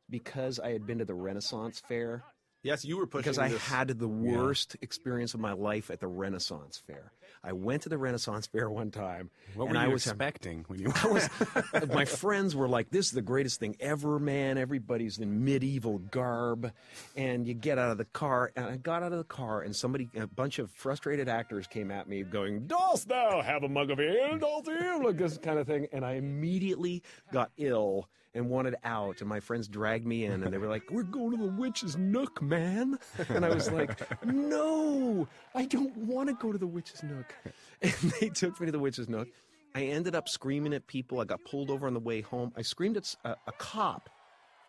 because I had been to the Renaissance Fair? Yes, you were pushing Because I this. had the worst experience of my life at the Renaissance Fair. I went to the Renaissance Fair one time, What and were you I was expecting when you? I was, my friends were like, "This is the greatest thing ever, man! Everybody's in medieval garb, and you get out of the car." And I got out of the car, and somebody, a bunch of frustrated actors, came at me, going, "Dost thou have a mug of ale? Dost thou?" Like this kind of thing, and I immediately got ill and wanted out. And my friends dragged me in, and they were like, "We're going to the witch's nook, man!" And I was like, "No, I don't want to go to the witch's nook." And they took me to the witch's nook. I ended up screaming at people. I got pulled over on the way home. I screamed at s- a, a cop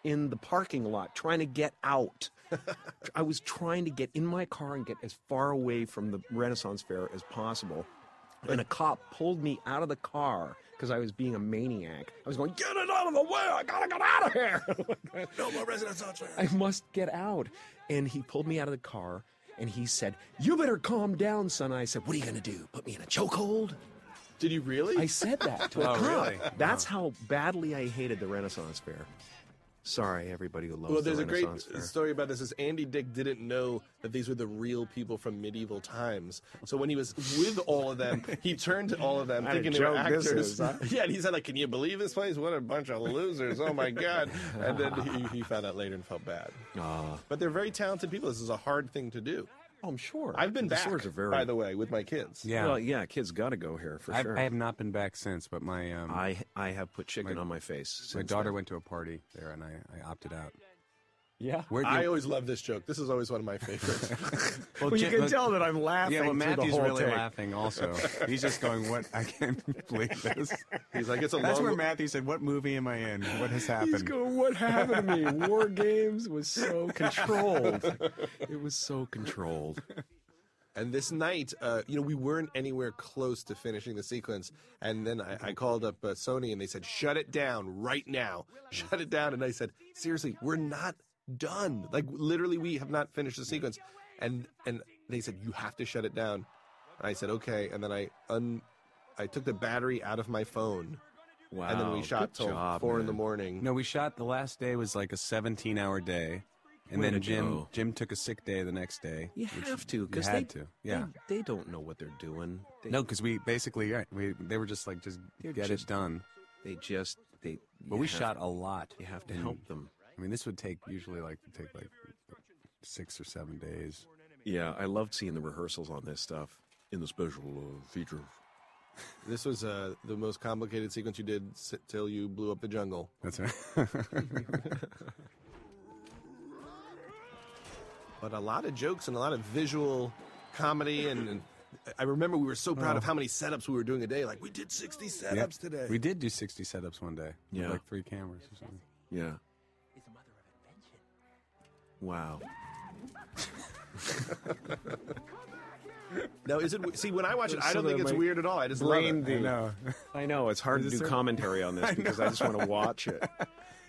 in the parking lot trying to get out. I was trying to get in my car and get as far away from the Renaissance Fair as possible. And a cop pulled me out of the car because I was being a maniac. I was going, Get it out of the way! I gotta get out of here! no more residents on Twitter. I must get out. And he pulled me out of the car and he said, You better calm down, son. I said, What are you gonna do? Put me in a chokehold? Did you really? I said that to a Oh, cop. really? That's how badly I hated the Renaissance Fair. Sorry, everybody who loves well, there's the a great Renaissance Fair. story about this. Is Andy Dick didn't know that these were the real people from medieval times. So when he was with all of them, he turned to all of them, What a thinking they were joke this actors. is, huh? Yeah, and he said, "Like, can you believe this place? What a bunch of losers! Oh my god!" And then he, he found out later and felt bad. But they're very talented people. This is a hard thing to do. Oh, I'm sure. I've been The back, swords are very- by the way, with my kids. yeah, Well, yeah, kids gotta go here for I've- sure. I have not been back since. But my um, I I have put chicken My- on my face. my since daughter then. went to a party there, and I, I opted out. Yeah. Where I always love this joke. This is always one of my favorites. Well, well, you Jan- can uh, look- tell that I'm laughing. Yeah, well, through the Matthew's whole really take. laughing. Also, he's just going, "What? I can't believe this." He's like, it's a That's long. where Matthew said, "What movie am I in? What has happened?" He's going, What happened to me? War Games was so controlled. It was so controlled. And this night, uh, you know, we weren't anywhere close to finishing the sequence. And then I, I called up uh, Sony and they said, shut it down right now. Shut it down. And I said, seriously, we're not done. Like, literally, we have not finished the sequence. And and they said, you have to shut it down. And I said, okay. And then I un, I took the battery out of my phone. Wow. and then we shot good till job, four in man. the morning. No, we shot. The last day was like a 17-hour day, and Way to then Jim go. Jim took a sick day the next day. You which have to you because they had to. Yeah. They, they don't know what they're doing. They, No, because we basically right, we they were just like just They're get just- it done. they just they. But you we have- shot a lot. You have to And, help them. I mean, this would take usually like take like six or seven days. Yeah, I loved seeing the rehearsals on this stuff in the special uh, feature. This was uh, the most complicated sequence you did s- till you blew up the jungle. That's right. but a lot of jokes and a lot of visual comedy and, and I remember we were so proud Oh. of how many setups we were doing a day. Like we did 60 setups Yep. today. We did do 60 setups one day. with Yeah. Like three cameras or something. Yeah. Wow. now is it see when I watch it, I So don't think that it's my weird at all. I just brain love it. did- No. I know. It's hard to do commentary on this because I just want to watch it. I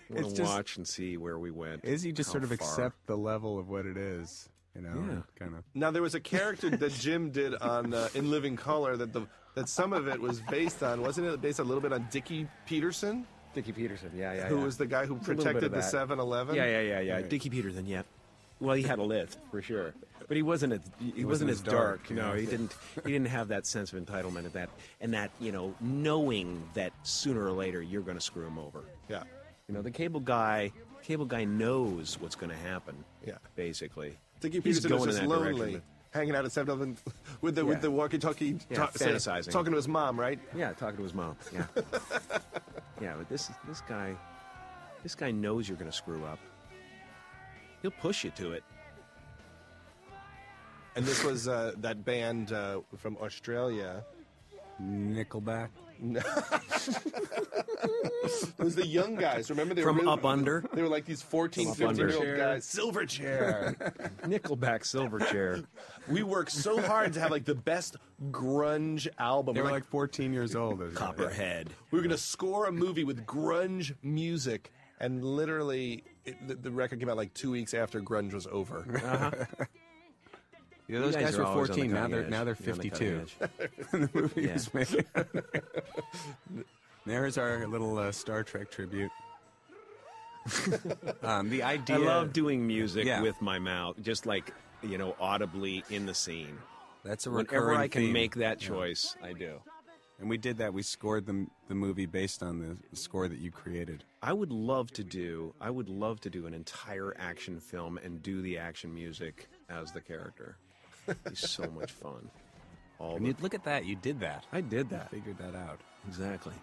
want It's to just- watch and see where we went. Is you just how sort of far. accept the level of what it is, you know? Yeah. and Kind of. Now there was a character that Jim did on uh, In Living Color that the that some of it was based on. Wasn't it based a little bit on Dickie Peterson? Dickie Peterson. Yeah, yeah. who yeah. was the guy who There's a little bit protected of the that. 7 Eleven? Yeah, yeah, yeah, yeah. Dickie Peterson. Yeah. Well, he had a list for sure, but he wasn't as he, wasn't, as dark. No, he didn't. He didn't have that sense of entitlement at that, and that you know, knowing that sooner or later you're going to screw him over. Yeah. You know, the cable guy, cable guy knows what's going to happen. Yeah. basically. Dickie He's Peterson going was in just that lonely, direction, hanging out at 7 Eleven with the, with Yeah. the walkie talkie, Yeah, fantasizing. talking to his mom, right? but- Yeah, talking to his mom. Yeah, yeah. But this this guy, this guy knows you're going to screw up. He'll push you to it. And this was uh, that band uh, from Australia. Nickelback. It was the young guys. Remember they From were really- Up Under? They were like these 14, From Up 15 Under. year old guys. Silver chair. Nickelback Silverchair. we worked so hard to have like the best grunge album. They We're were like, like 14 years old. those guys. Copperhead. we were going to score a movie with grunge music, and literally, it, the, the record came out like two weeks after grunge was over. Yeah, those You guys guys, are were always on the 14. now cutting they're edge. now they're You're on the 52. cutting the movie Yeah. was made. There's our little uh, Star Trek tribute. um, the idea. I love doing music Yeah. with my mouth, just like you know, audibly in the scene. That's a Whenever recurring I can theme. make that choice, I do. And we did that. We scored the the movie based on the score that you created. I would love to do. I would love to do an entire action film and do the action music as the character. It'd be so much fun. All And the, you look at that. You did that. I did that Figured that out. exactly.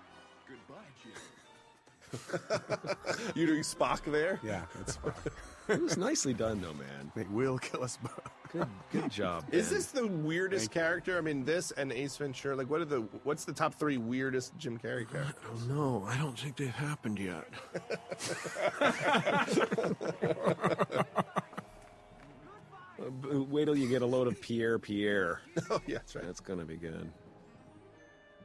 You're doing Spock there? Yeah, that's It was nicely done, though, man. they will kill us both. Good, good job. Is man. this the weirdest character? I mean, this and Ace Ventura. Like, what are the? What's the top three weirdest Jim Carrey characters? don't know. Oh, I don't think they've happened yet. Uh, Wait till you get a load of Pierre Pierre. oh, yeah, that's right. That's gonna be good.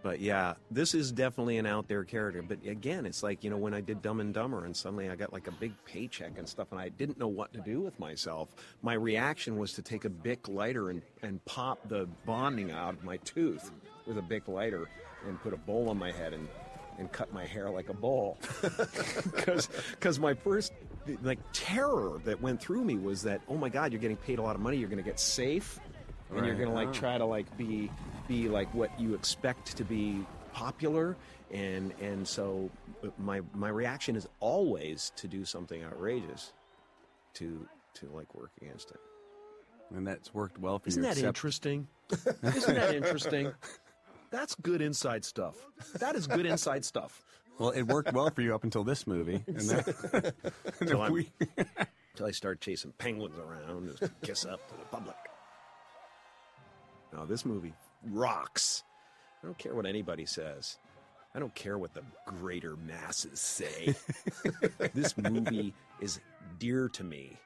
But yeah, this is definitely an out there character. But again, it's like you know when I did Dumb and Dumber, and suddenly I got like a big paycheck and stuff, and I didn't know what to do with myself. My reaction was to take a Bic lighter and and pop the bonding out of my tooth with a Bic lighter and put a bowl on my head and and cut my hair like a bowl because because my first like terror that went through me was that oh my god you're getting paid a lot of money you're gonna get safe and you're Right. gonna like try to like be be like what you expect to be popular and and so uh, my my reaction is always to do something outrageous to to like work against it And that's worked well for isn't you. that except- interesting isn't that interesting that's good inside stuff that is good inside stuff Well, it worked well for you up until this movie. And then, and Till then I'm- we, Until I start chasing penguins around just to kiss up to the public. Now, this movie rocks. I don't care what anybody says. I don't care what the greater masses say. this movie is dear to me.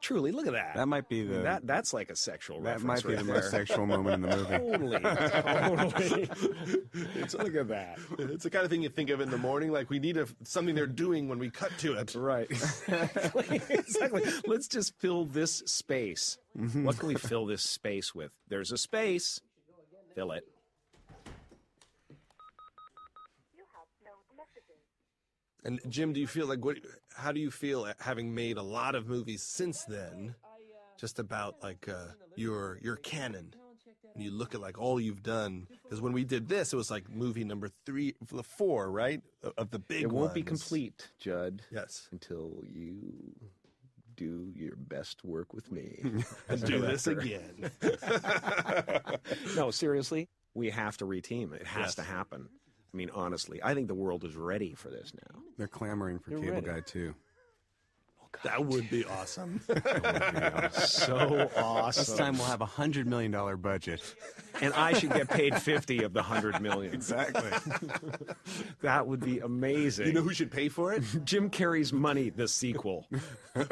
Truly, look at that. that might be the that that's like a sexual that reference might be right the there. most sexual moment in the movie. Totally, totally. look at that. It's the kind of thing you think of in the morning. Like we need a, something they're doing when we cut to it. Right. exactly. Exactly. Let's just fill this space. What can we fill this space with? There's a space. Fill it. And Jim, do you feel like what? How do you feel at having made a lot of movies since then? Just about like uh, your your canon. And you look at like all you've done because when we did this, it was like movie number three, the four, right of- of the big. It won't be ones. complete, Judd, Yes, until you do your best work with me. and do this again. Oh, no, seriously, we have to reteam. It has Yes. to happen. I mean, honestly, I think the world is ready for this now. They're clamoring for Cable ready. Guy too. that would be awesome. So awesome. This time we'll have a hundred million dollar budget. and I should get paid 50 of the 100 million. Exactly. That would be amazing. you know who should pay for it? Jim Carrey's Money, the sequel.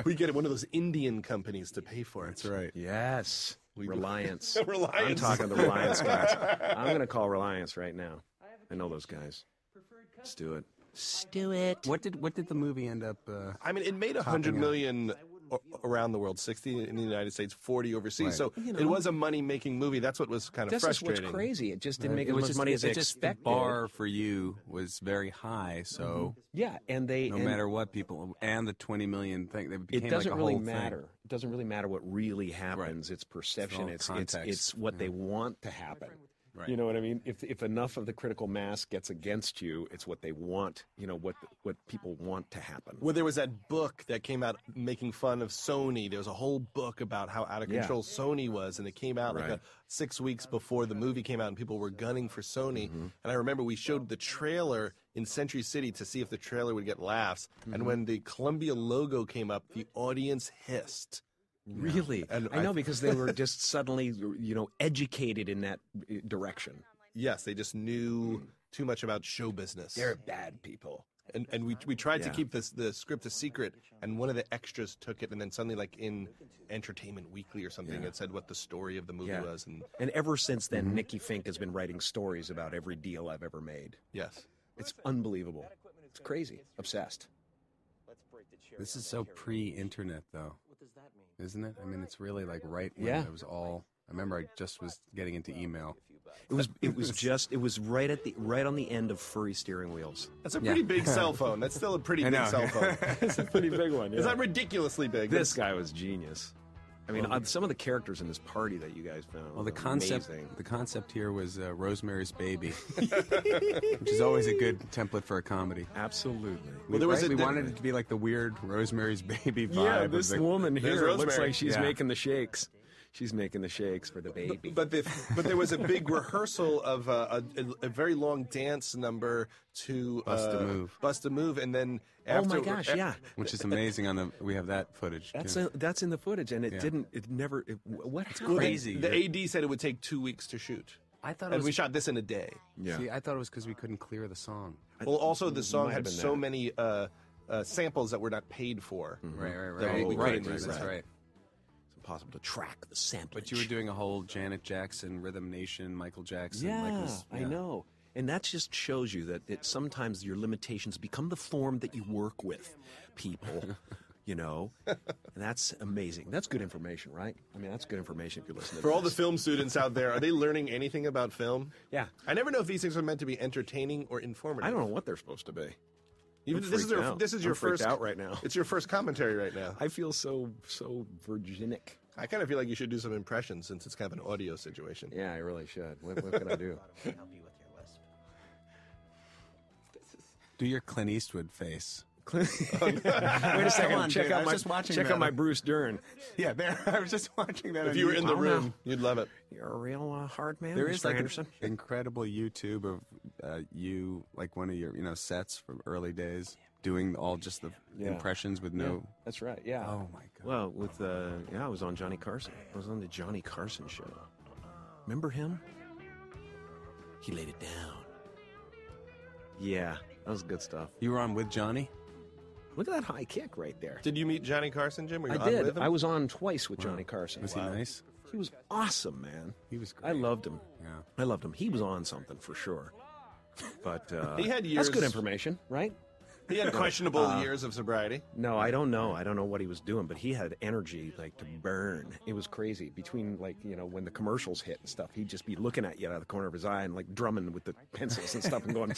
we get one of those Indian companies to pay for it. That's right. Yes. Reliance. I'm Reliance. talking to the Reliance guys. I'm going to call Reliance right now. I know those guys. Let's do it. What did what did the movie end up? Uh, I mean, it made a hundred million o- around the world, 60 in the United States, 40 overseas. Right. So You it know. was a money making movie. That's what was kind of This is what's frustrating. crazy. Uh, It just didn't Right. make uh, as It was much just- money as it I just expected. bar for you was very high, so Yeah, and they no and matter what people and the 20 million thing, they became it doesn't like a really whole matter. It doesn't really matter what really happens. It's perception. all It's it's, context, Mm-hmm. it's what they want to happen. Right. You know what I mean? If if enough of the critical mass gets against you, it's what they want. You know what what people want to happen. Well, there was that book that came out making fun of Sony. There was a whole book about how out of Yeah. control Sony was, and it came out like Right. a, six weeks before the movie came out, and people were gunning for Sony. And I remember we showed the trailer in Century City to see if the trailer would get laughs. Mm-hmm. And when the Columbia logo came up, the audience hissed. Really, And I know I- because they were just suddenly you know educated in that uh, direction. Yes, they just knew too much about show business. They're bad people. and and we we tried to Yeah. keep this the script a secret, and one of the extras took it, and then suddenly, like in Entertainment Weekly or something, Yeah. it said what the story of the movie Yeah. was, and And ever since then, Nikki Fink has been writing stories about every deal I've ever made. yes, It's unbelievable. It's crazy. Obsessed. This is so pre-internet though. Isn't it? I mean, it's really like right when Yeah. it was all I remember I just was getting into email. It was it was just it was right at the right on the end of furry steering wheels. that's a Yeah. pretty big cell phone. That's still a pretty I big know. cell phone. It's a pretty big one. It's yeah. not ridiculously big. but This guy was genius. I mean, uh, some of the characters in this party that you guys found. Well, the were concept amazing. the concept here was uh, Rosemary's Baby, which is always a good template for a comedy. Absolutely. We, there was right? a we di- wanted it to be like the weird Rosemary's Baby vibe. Yeah, of this the- woman There's here looks Rosemary. like she's Yeah. making the shakes. she's making the shakes for the baby. But the, but there was a big rehearsal of uh, a, a, a very long dance number to Bust a uh, Move. bust a move, and then oh after my gosh, yeah. which is amazing. On the we have that footage. That's too. in- that's in the footage, and it Yeah. didn't. It never. It, what Well, happened? the- crazy. The AD said it would take two weeks to shoot, I thought it and was. we shot this in a day. Yeah. See, I thought it was because we couldn't clear the song. Well, also the song might had have been so that. many uh, uh, samples that were not paid for. Mm-hmm. Right, right, Oh, That right. we right, couldn't do That's that. right. It's impossible to track the sample. But you were doing a whole Janet Jackson, Rhythm Nation, Michael Jackson. Yeah, like this- I know. And that just shows you that, that sometimes your limitations become the form that you work with people, you know? And that's amazing. That's good information, right? I mean, that's good information if you're listening. For to all the this. film students out there, are they learning anything about film? Yeah. I never know if these things are meant to be entertaining or informative. I don't know what they're supposed to be. Even- I'm this is freaked your out. this is your I'm freaked first out right now. It's your first commentary right now. I feel so so virginic. I kind of feel like you should do some impressions since it's kind of an audio situation. Yeah, I really should. What, what can I do? I can help you with your wisp. Do your Clint Eastwood face. oh, Wait a second. Come on, check dude. out I was my just watching check that. out my Bruce Dern. Yeah, there. I was just watching that. If you were in the don't know. room, you'd love it. You're a real uh, hard man. there Mr. is like Anderson. an incredible YouTube of uh, you, like one of your, you know, sets from early days, doing all just the Yeah. impressions with no. That's right. Yeah. Oh my god. Well, with uh, yeah, I was on Johnny Carson. I was on the Johnny Carson show. Remember him? He laid it down. Yeah, that was good stuff. You were on with Johnny. Look at that high kick right there. Did you meet Johnny Carson, Jim? Were you I on with did. him? I was on twice with Johnny Carson. Was he nice? He was awesome, man. He was. I Great. loved him. Yeah. I loved him. He was on something for sure. But uh, He had years- That's good information, right? he had questionable Uh, years of sobriety. No, I don't know. I don't know what he was doing, but he had energy like to burn. It was crazy. Between like you know when the commercials hit and stuff, he'd just be looking at you out of the corner of his eye and like drumming with the pencils and stuff and going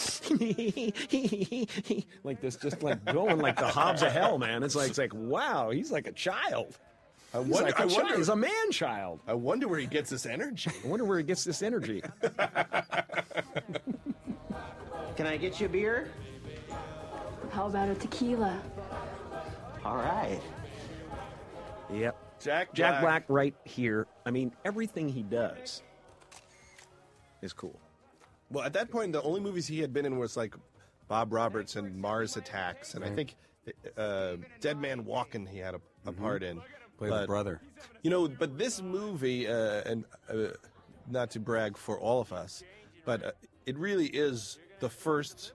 like this, just like going like the Hobbs of hell, man. It's like it's like wow, he's like a child. I He's wonder. like I a child. He's wonder. a man child. I wonder where he gets this energy. I wonder where he gets this energy. Can I get you a beer? How about a tequila? All right. yep. Jack Jack Black. Black right here. I mean, everything he does is cool. Well, at that point, the only movies he had been in was like Bob Roberts and Mars Attacks, and I think uh, Dead Man Walking he had a, a Mm-hmm. part in. Play the But- brother. You know, but this movie, uh, and uh, not to brag for all of us, but uh, it really is the first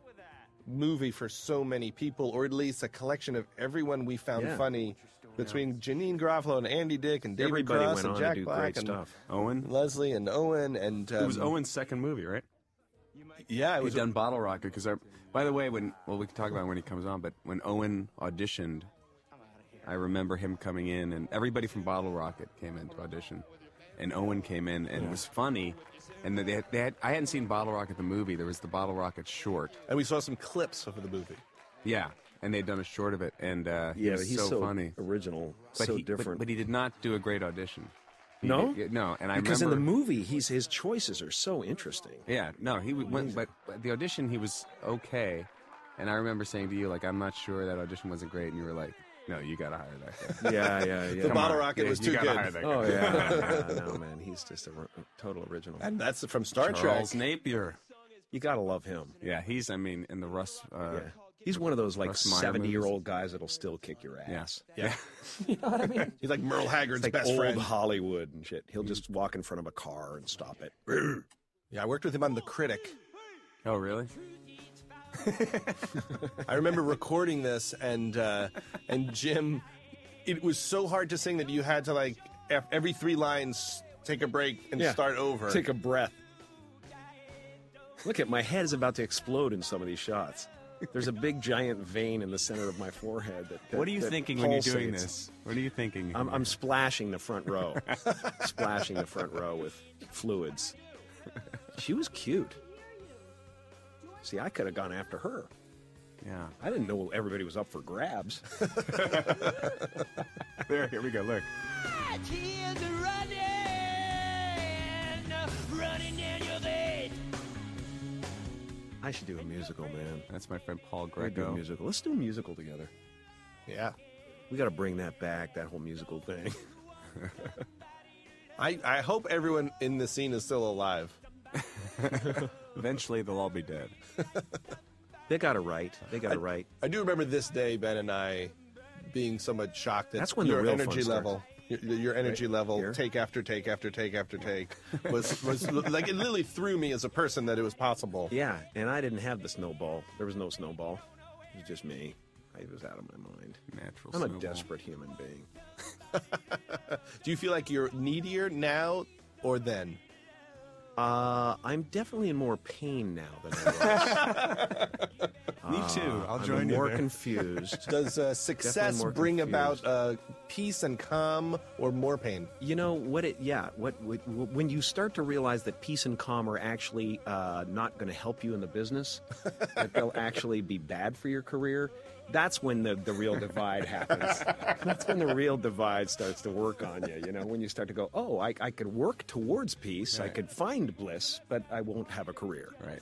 movie for so many people, or at least a collection of everyone we found Yeah. funny between Janine Garofalo and Andy Dick and David Everybody Cross went and on Jack to do Black great and stuff. Owen. Leslie and Owen and um, it was Owen's second movie, right? Yeah, it He was done Bottle Rocket because, by the way, when well, we can talk about it when he comes on, but when Owen auditioned, I remember him coming in, and everybody from Bottle Rocket came in to audition, and Owen came in, and it was funny. And they had, they had, I hadn't seen Bottle Rocket the movie. There was the Bottle Rocket short. And we saw some clips of the movie. Yeah, and they'd done a short of it, and uh, he was so, funny. original, But so he, but- different. But, he did not do a great audition. He No? did- no. And I because in remember, the movie, he's his choices are so interesting. Yeah, no, he w- went, but, but the audition he was okay, and I remember saying to you like, I'm not sure that audition wasn't great, and you were like, No, you gotta hire that guy. Yeah, yeah, The yeah. Bottle on. Rocket Yeah, was you too gotta good. hire that guy. oh yeah, yeah, no man, he's just a r- total original. And that's from Star Charles Trek. Napier. You gotta love him. Yeah, he's I mean in the Russ. Uh, Yeah. He's one of those like Russ Meyer seventy-year-old guys that'll still kick your ass. Yes. Yeah. He's like Merle Haggard's It's like best old friend. Hollywood and shit. He'll just walk in front of a car and stop it. Yeah, I worked with him on The Critic. Oh really? I remember recording this, and uh, and Jim, it was so hard to sing that you had to like af- every three lines take a break and Yeah. start over. Take a breath. Look at my head is about to explode in some of these shots. There's a big giant vein in the center of my forehead. That, that- What are you that thinking when you're doing pulsates. this? What are you thinking? I'm, I'm splashing the front row, splashing the front row with fluids. She was cute. See, I could have gone after her. yeah. I didn't know everybody was up for grabs. There, here we go. Look. I should do a musical, man. That's my friend Paul I do a Greco. musical. Let's do a musical together. yeah. We got to bring that back, that whole musical thing. I, I hope everyone in the scene is still alive. Eventually, they'll all be dead. They got to write. They got to write. I do remember this day, Ben and I being somewhat shocked at That's when the your real fun energy starts. level. Your, your energy level, here? take after take after take after take, was was like it literally threw me as a person that it was possible. Yeah, and I didn't have the snowball. There was no snowball. It was just me. I was out of my mind. Natural. I'm snowball. a desperate human being. Do you feel like you're needier now or then? Uh, I'm definitely in more pain now than I Me too. I'll was. join I'm you more there. confused. Does uh, success more bring about confused. uh, peace and calm or more pain? You know what? It yeah. What, what when you start to realize that peace and calm are actually uh, not going to help you in the business, that they'll actually be bad for your career. That's when the, the real divide happens. That's when the real divide starts to work on you. You know, when you start to go, oh, I, I could work towards peace, I Right. could find bliss, but I won't have a career. Right.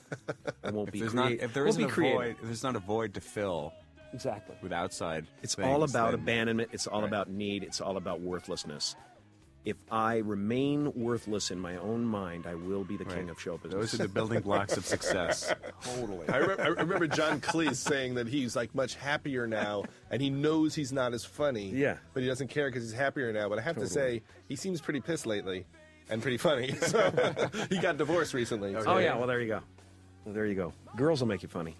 I won't If be there's creative. not, if there isn't be a creative. void, if there's not a void to fill exactly. with outside, It's things, all about then- abandonment. It's all Right. about need. It's all about worthlessness. If I remain worthless in my own mind, I will be the Right. king of show Those business. are the building blocks of success. totally. I, re- I remember John Cleese saying that he's like much happier now, and he knows he's not as funny. Yeah. but he doesn't care because he's happier now. But I have to say, he seems pretty pissed lately, and pretty funny. So he got divorced recently. so- Oh yeah. Well, there you go. Well, there you go. Girls will make you funny.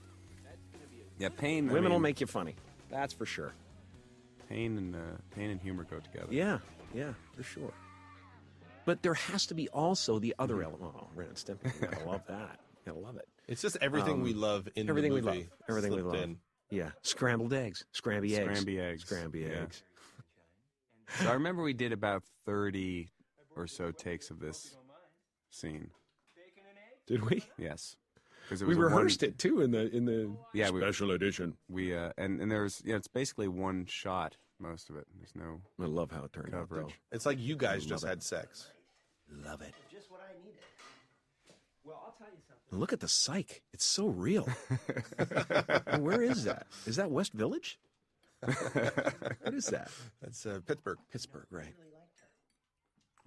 Yeah, pain. I Women will mean, make you funny. That's for sure. pain and uh, pain and humor go together. Yeah. Yeah. For sure. But there has to be also the Mm-hmm. other element. Oh, Ren and Stimpy. You gotta love that. You gotta love it. it's just everything we love in Um, Everything the we movie. love. Everything we slipped love. in. Yeah. Scrambled eggs. Scramby eggs. Scramby eggs. Scramby Yeah. eggs. So I remember we did about thirty or so takes of this scene. Did we? Yes, because We rehearsed it too in the in the Yeah, we- special edition. We uh, and and there's yeah, it's basically one shot most of it. There's no I love how it turned out. coverage. It's like you guys just had sex. Though. Love it. Look at the psych. It's so real. Where is that? Is that West Village? what is that? That's uh, Pittsburgh. Pittsburgh, right?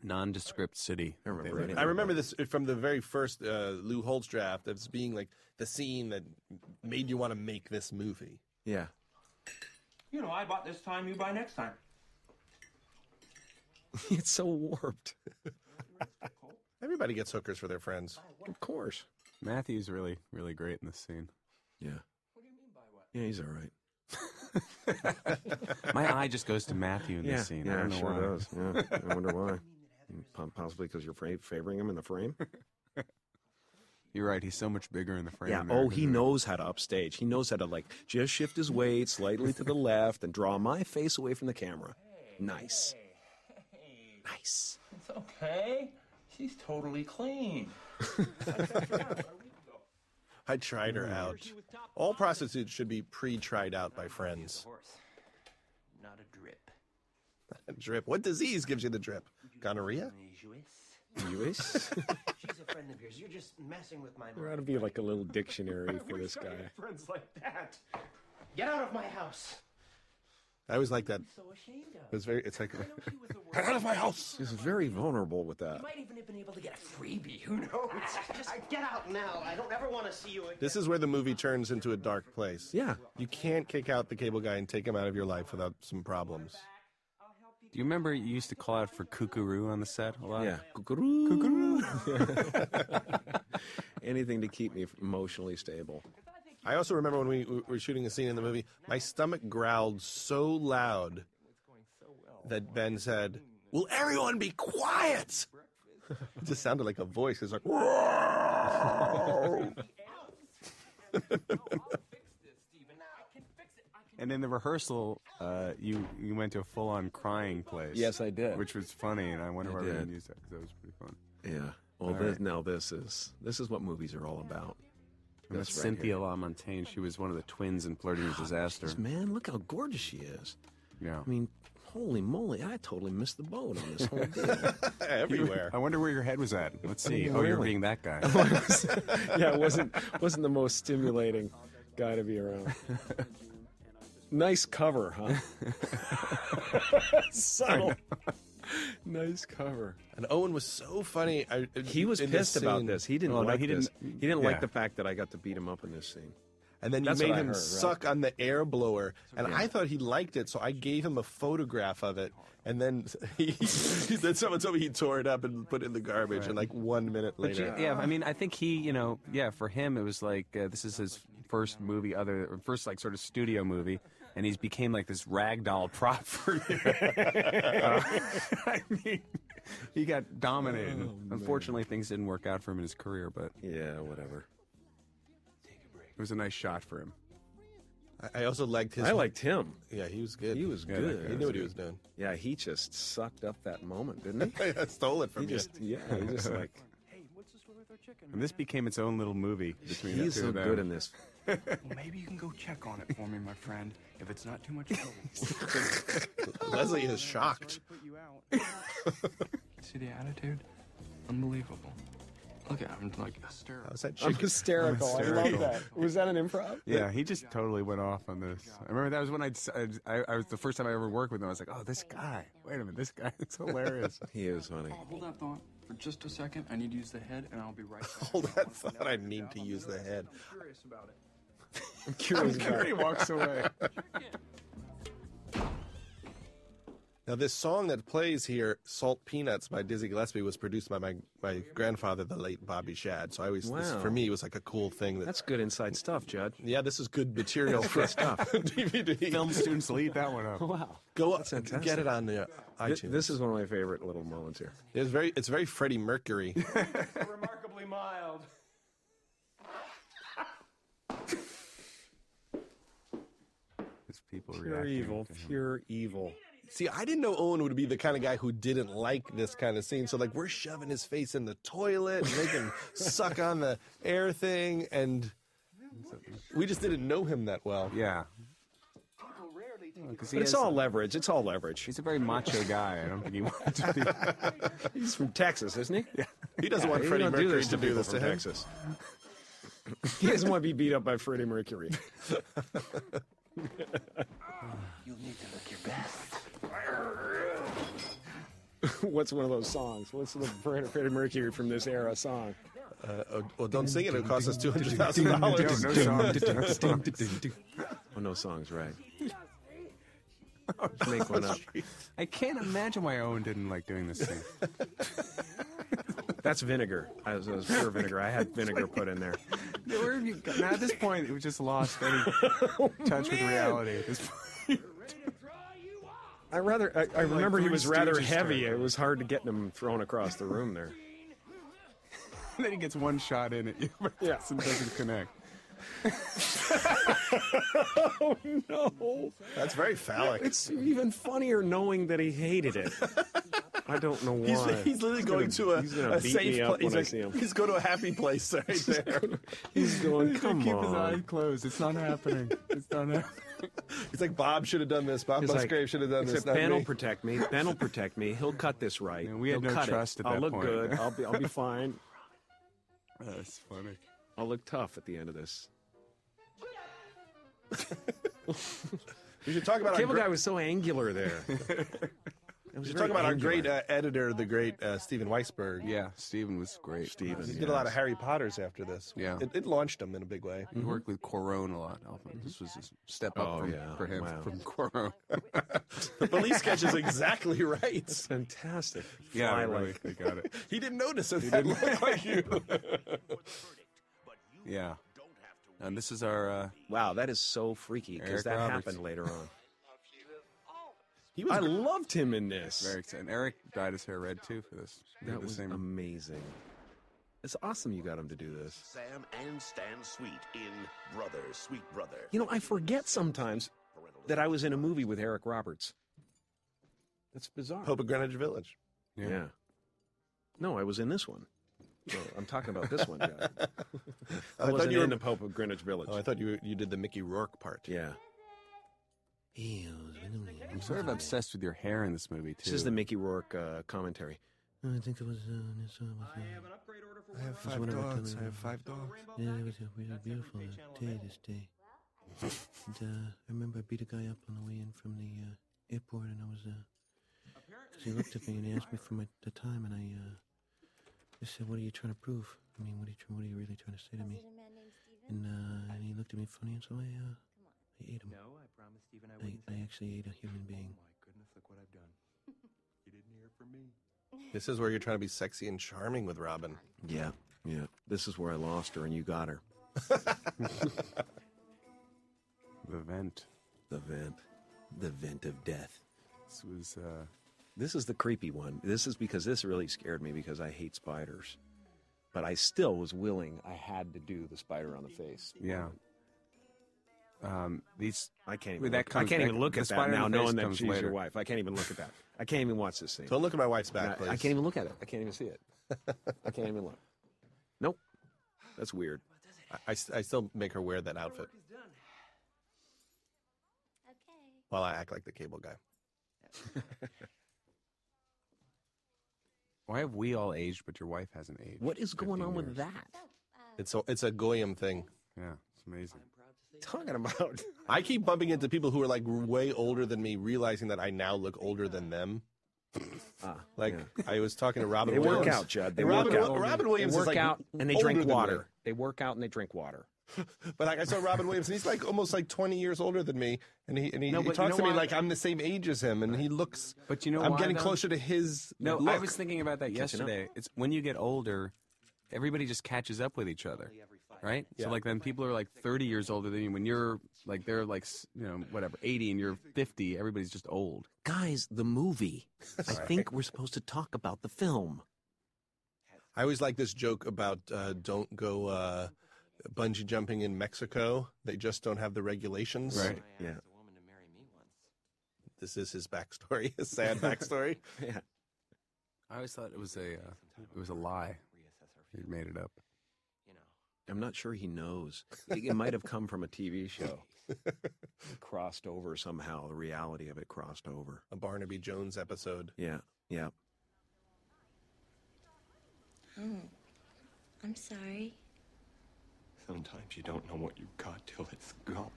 Nondescript city. I remember writing I that remember down. this from the very first uh, Lou Holtz draft as being like the scene that made you want to make this movie. Yeah. You know, I bought this time, you buy next time. it's so warped. Everybody gets hookers for their friends. Of course. Matthew's really really great in this scene. Yeah. Yeah, he's all right. My eye just goes to Matthew in yeah, this scene. I yeah, don't know sure why. does. Yeah, I wonder why. Po- Possibly because you're fra- favoring him in the frame. He You're right. He's so much bigger in the frame. Yeah. than Oh, Eric he is. knows how to upstage. He knows how to like just shift his weight slightly to the left and draw my face away from the camera. Nice. Nice. It's okay. She's totally clean. I tried her out. All prostitutes should be pre-tried out by friends. Horse. Not a drip. Drip. What disease gives you the drip? Gonorrhea? US? She's a friend of yours. You're just messing with my mind. There ought to be like a little dictionary for this I guy. had friends like that. Get out of my house. I always like that. So ashamed of. It's very. It's like. I know she was the worst. Get out of my house. He's very vulnerable with that. Might even have been able to get a freebie. Who knows? Just get out now. I don't ever want to see you again. This is where the movie turns into a dark place. Yeah. You can't kick out the cable guy and take him out of your life without some problems. Do you remember you used to call out for Kukuru on the set a lot? Yeah. Cuckoo. Anything to keep me emotionally stable. I also remember when we we were shooting a scene in the movie, my stomach growled so loud that Ben said, Will everyone be quiet? It just sounded like a voice. It's like, "Roar." And in the rehearsal, uh, you you went to a full on crying place. Yes, I did. Which was funny, and I wonder I why we didn't did. use that because that was pretty fun. Yeah. Well, All this, right. now this is this is what movies are all about. And that's That's right Cynthia here. LaMontagne. She was one of the twins in Flirting Ah, with Disaster. Jeez, man, look how gorgeous she is. Yeah. I mean, holy moly, I totally missed the boat on this whole deal. everywhere. I wonder where your head was at. Let's see. Oh, you're really? being that guy. yeah, it wasn't wasn't the most stimulating guy to be around. Nice cover, huh? Subtle. Nice cover. And Owen was so funny. I, He was in pissed about scene. this. He didn't Oh, no, like he this. didn't- he didn't yeah. like the fact that I got to beat him up in this scene. And then you That's what made I him heard, right? suck on the air blower. And I thought he liked it, so I gave him a photograph of it. And then he, then someone told me he tore it up and put it in the garbage. And like one minute But you- later, yeah, I mean, I think he, you know, yeah, for him it was like uh, this is his first movie, other or first like sort of studio movie, and he's became like this ragdoll prop for you. I mean, he got dominated. Unfortunately, things didn't work out for him in his career, but Yeah, whatever. it was a nice shot for him. I I also liked his. I liked him. Yeah, he was good. He was Yeah, that good. guy He knew what he was doing. Yeah, he just sucked up that moment, didn't he? I stole it he from you. just yeah, he just like And this became its own little movie between he's the two so of them. good in this. Maybe you can go check on it for me, my friend, if it's not too much trouble. Leslie is shocked. See the attitude? Unbelievable. Look at him, like a stir. Uh, How's that I'm chick? hysterical. I love that. Was that an improv? Yeah, he just totally went off on this. I remember that was when I'd, I'd- I, I was the first time I ever worked with him. I was like, oh, this guy. Wait a minute, this guy. It's hilarious. He is funny. Hold that thought for just a second. I need to use the head, and I'll be right back. Hold I that wanna find thought, out I about need the to job. use I'm the really head. curious about it. I'm curious about he walks away. Now, this song that plays here, "Salt Peanuts" by Dizzy Gillespie, was produced by my, my grandfather, the late Bobby Shad. So I always, this, Wow. for me, was like a cool thing. That That's good inside stuff, Judd. yeah, this is good material for stuff. DVD. Film students lead that one up. Wow. Go up, fantastic. get it on the uh, This, iTunes. this is one of my favorite little moments here. it's very, it's very Freddie Mercury. Remarkably mild. It's people Pure reacting evil, to him. pure evil. See, I didn't know Owen would be the kind of guy who didn't like this kind of scene. So like we're shoving his face in the toilet and make him suck on the air thing and we just didn't know him that well. Yeah. But it's all leverage. It's all leverage. He's a very macho guy. I don't think he wanted to be. He's from Texas, isn't he? Yeah. He doesn't want you Freddie don't do Mercury this to do people this to from him. Texas. he doesn't want to be beat up by Freddie Mercury. You'll need to look your best. What's one of those songs? What's the Fred- Freddie Mercury from this era song? Oh, well, don't sing it. It'll cost us two hundred thousand dollars. no song. Oh, no songs, right? Just Make one up. I can't imagine why Owen didn't like doing this thing. That's vinegar. I was, it was pure vinegar. I had vinegar put in there. Where have you go- now, at this point, it was just lost any touch with reality. At this point. I rather. I, I remember he three was rather Stooges heavy. style. It was hard to get him thrown across the room there. then he gets one shot in at you, but Yeah. doesn't, doesn't connect. No. That's very phallic. It's even funnier knowing that he hated it. I don't know why. He's, he's literally going to a, he's gonna a beat safe me up when place. He's, I like, see him. he's going to a happy place right there. He's going, come Keep his on. eyes closed. It's not happening. It's not happening. He's like, Bob should have done this. Bob It's Musgrave should have done it's this. like, Not ben will me." protect me. Ben will protect me. He'll cut this right. Yeah, we had He'll no cut it. trust at I'll that look point. good. I'll be, I'll be fine. That's funny. I'll look tough at the end of this. We should talk about our Cable gr- guy was so angular there. we should talk about our great uh, editor, the great uh, Steven Weisberg. Yeah, Steven was great. Steven. He did a lot of Harry Potters after this. Yeah. It, it launched him in a big way. He worked with Corone a lot. Often. This was his step up Mm-hmm. Oh, from, yeah. for him Wow. from Corone. uh, The police sketch is exactly right. Fantastic. yeah, Fly they really, like- they got it. He didn't notice it. That looked like you. Yeah. And this is our. Uh, Wow, that is so freaky because Eric that Roberts. happened later on. He was, I loved him in this. very exciting. Eric dyed his hair red too for this. We had That the was same. amazing. It's awesome you got him to do this. Sam and Stan Sweet in Brother Sweet Brother. You know, I forget sometimes that I was in a movie with Eric Roberts. That's bizarre. Hope of Greenwich Village. yeah. No, I was in this one. No, I'm talking about this one. Guy. I I wasn't thought you were- in the Pope of Greenwich Village. Oh, I thought you you did the Mickey Rourke part. yeah. I'm sort of obsessed with your hair in this movie too. This is the Mickey Rourke uh, commentary. I think it was. Uh, this one was, uh, I have five dogs. I have five dogs. yeah, it was a really beautiful uh, day this day. and, uh, I remember I beat a guy up on the way in from the uh, airport, and I was. Uh, 'cause he looked at me and he asked me for my, the time, and I uh, just said, "What are you trying to prove? I mean, what are you, tr- what are you really trying to say to me?" And, uh, and he looked at me funny, and so I, uh, I ate him. No, I promised Steven I I, wouldn't. I actually ate a human being. My goodness, look what I've done. This is where you're trying to be sexy and charming with Robin. Yeah, yeah. This is where I lost her, and you got her. the vent. The vent, the vent of death. This was. Uh, This is the creepy one. This is because this really scared me because I hate spiders. But I still was willing. I had to do the spider on the face. yeah. Um, these I can't even. Wait, that look, I comes- can't that- even look the at that spider now, on the face knowing that comes she's later. your wife. I can't even look at that. I can't even watch this scene. Don't look at my wife's I, back, please. I can't even look at it. I can't even see it. I can't even look. Nope. That's weird. I- I, s- I still make her wear that outfit while I act like the cable guy. Why have we all aged, but your wife hasn't aged? What is going 15 on with years? that? It's a, it's a goyim thing. Yeah, it's amazing. Talking about. I keep bumping into people who are like way older than me, realizing that I now look older than them. like I was talking to Robin. Uh, They work Williams. out, Judd. They Robin, work out. Wi- Robin They Williams work is like out and they older drink than me. water. They work out and they drink water. But like I saw Robin Williams, and he's like almost like twenty years older than me, and he and he, No, he but you talks know to me why? like I'm the same age as him, and he looks. But you know I'm why, getting though? closer to his. No, I look. was thinking about that yesterday. It's when you get older, everybody just catches up with each other, right? So like then people are like 30 years older than you. When you're like they're like s- you know whatever 80 and you're 50, everybody's just old. Guys, the movie. I think we're supposed to talk about the film. I always like this joke about uh, don't go uh, bungee jumping in Mexico. They just don't have the regulations. Right. Yeah. The woman to marry me once. This is his backstory, his sad backstory. Yeah. I always thought it was a uh, it was a lie. Reassess her You feelings, made it up. you know. I'm not sure he knows. It it might have come from a TV show. It crossed over somehow. The reality of it crossed over. A Barnaby Jones episode. Yeah. Yeah. I'm sorry. Sometimes you don't know what you've got till it's gone.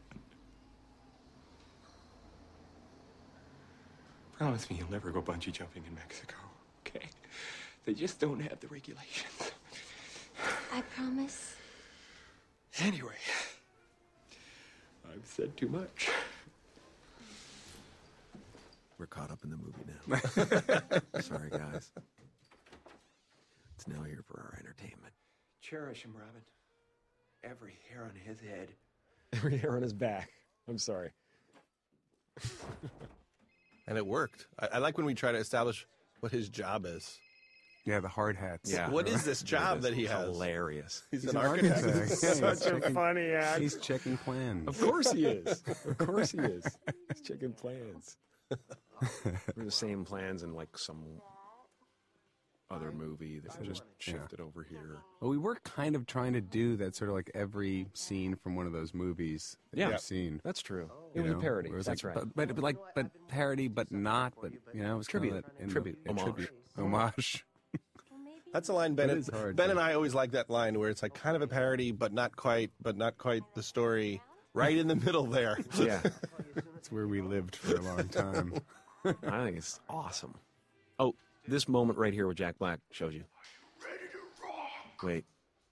Promise me you'll never go bungee jumping in Mexico, okay? They just don't have the regulations. I promise. Anyway, I've said too much. We're caught up in the movie now. Sorry, guys. It's now here for our entertainment. Cherish him, Robin. Every hair on his head. Every hair on his back. I'm sorry. And it worked. I, I like when we try to establish what his job is. Yeah, the hard hats. Yeah. What is this job that he has? Hilarious. He's, an, architect. Such a funny act. He's checking plans. Of course he is. Of course he is. He's checking plans. We're the same plans in like some other movie that was just Yeah. shifted over here. Well, we were kind of trying to do that sort of like every scene from one of those movies that Yeah. you've seen. That's true. It you was know, a parody. Oh. where it was That's like, right. But, but like, but parody, but not. But you know, it was kinda Tribute. that- in the- Tribute. yeah, Homage. Homage. That's a line Ben. That is hard, ben yeah. and I always like that line where it's like kind of a parody, but not quite, but not quite the story. Right in the middle there. Yeah, That's where we lived for a long time. I think it's awesome. Oh, this moment right here with Jack Black shows you. Wait,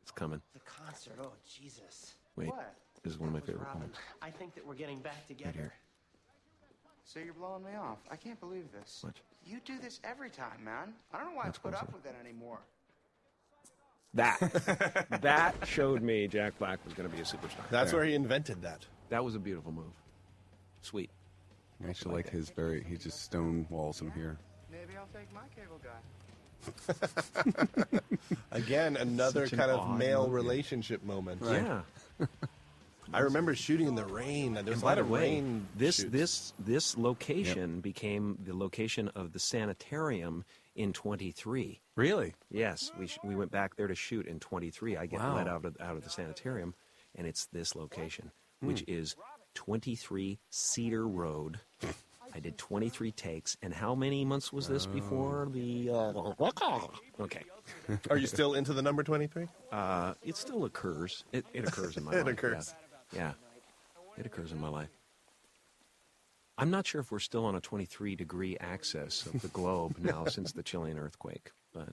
it's coming. The concert. Oh Jesus. Wait, What? this is one of my That was favorite Robin. moments. I think that we're getting back together. here. So you're blowing me off. I can't believe this. What? You do this every time, man. I don't know why That's I put what I'm up with that anymore. That that showed me Jack Black was going to be a superstar. That's where he invented that. That was a beautiful move. Sweet. I actually like his very. He just stone walls him here. Maybe I'll take my cable guy. Again, another Such an kind of odd male movie. relationship moment. Yeah. I remember shooting in the rain. There was a And by lot the of way, rain. this shoots. this this location became the location of the sanitarium in 23. Really? Yes, we sh- we went back there to shoot in 23. I get Wow. let out of out of the sanitarium, and it's this location, which is 23 Cedar Road. I did 23 takes, and how many months was this before the? Uh, Oh. okay, Are you still into the number 23? uh, it still occurs. It, it occurs in my It life. yeah. occurs. Yeah. It occurs in my life. I'm not sure if we're still on a 23 degree axis of the globe now since the Chilean earthquake, but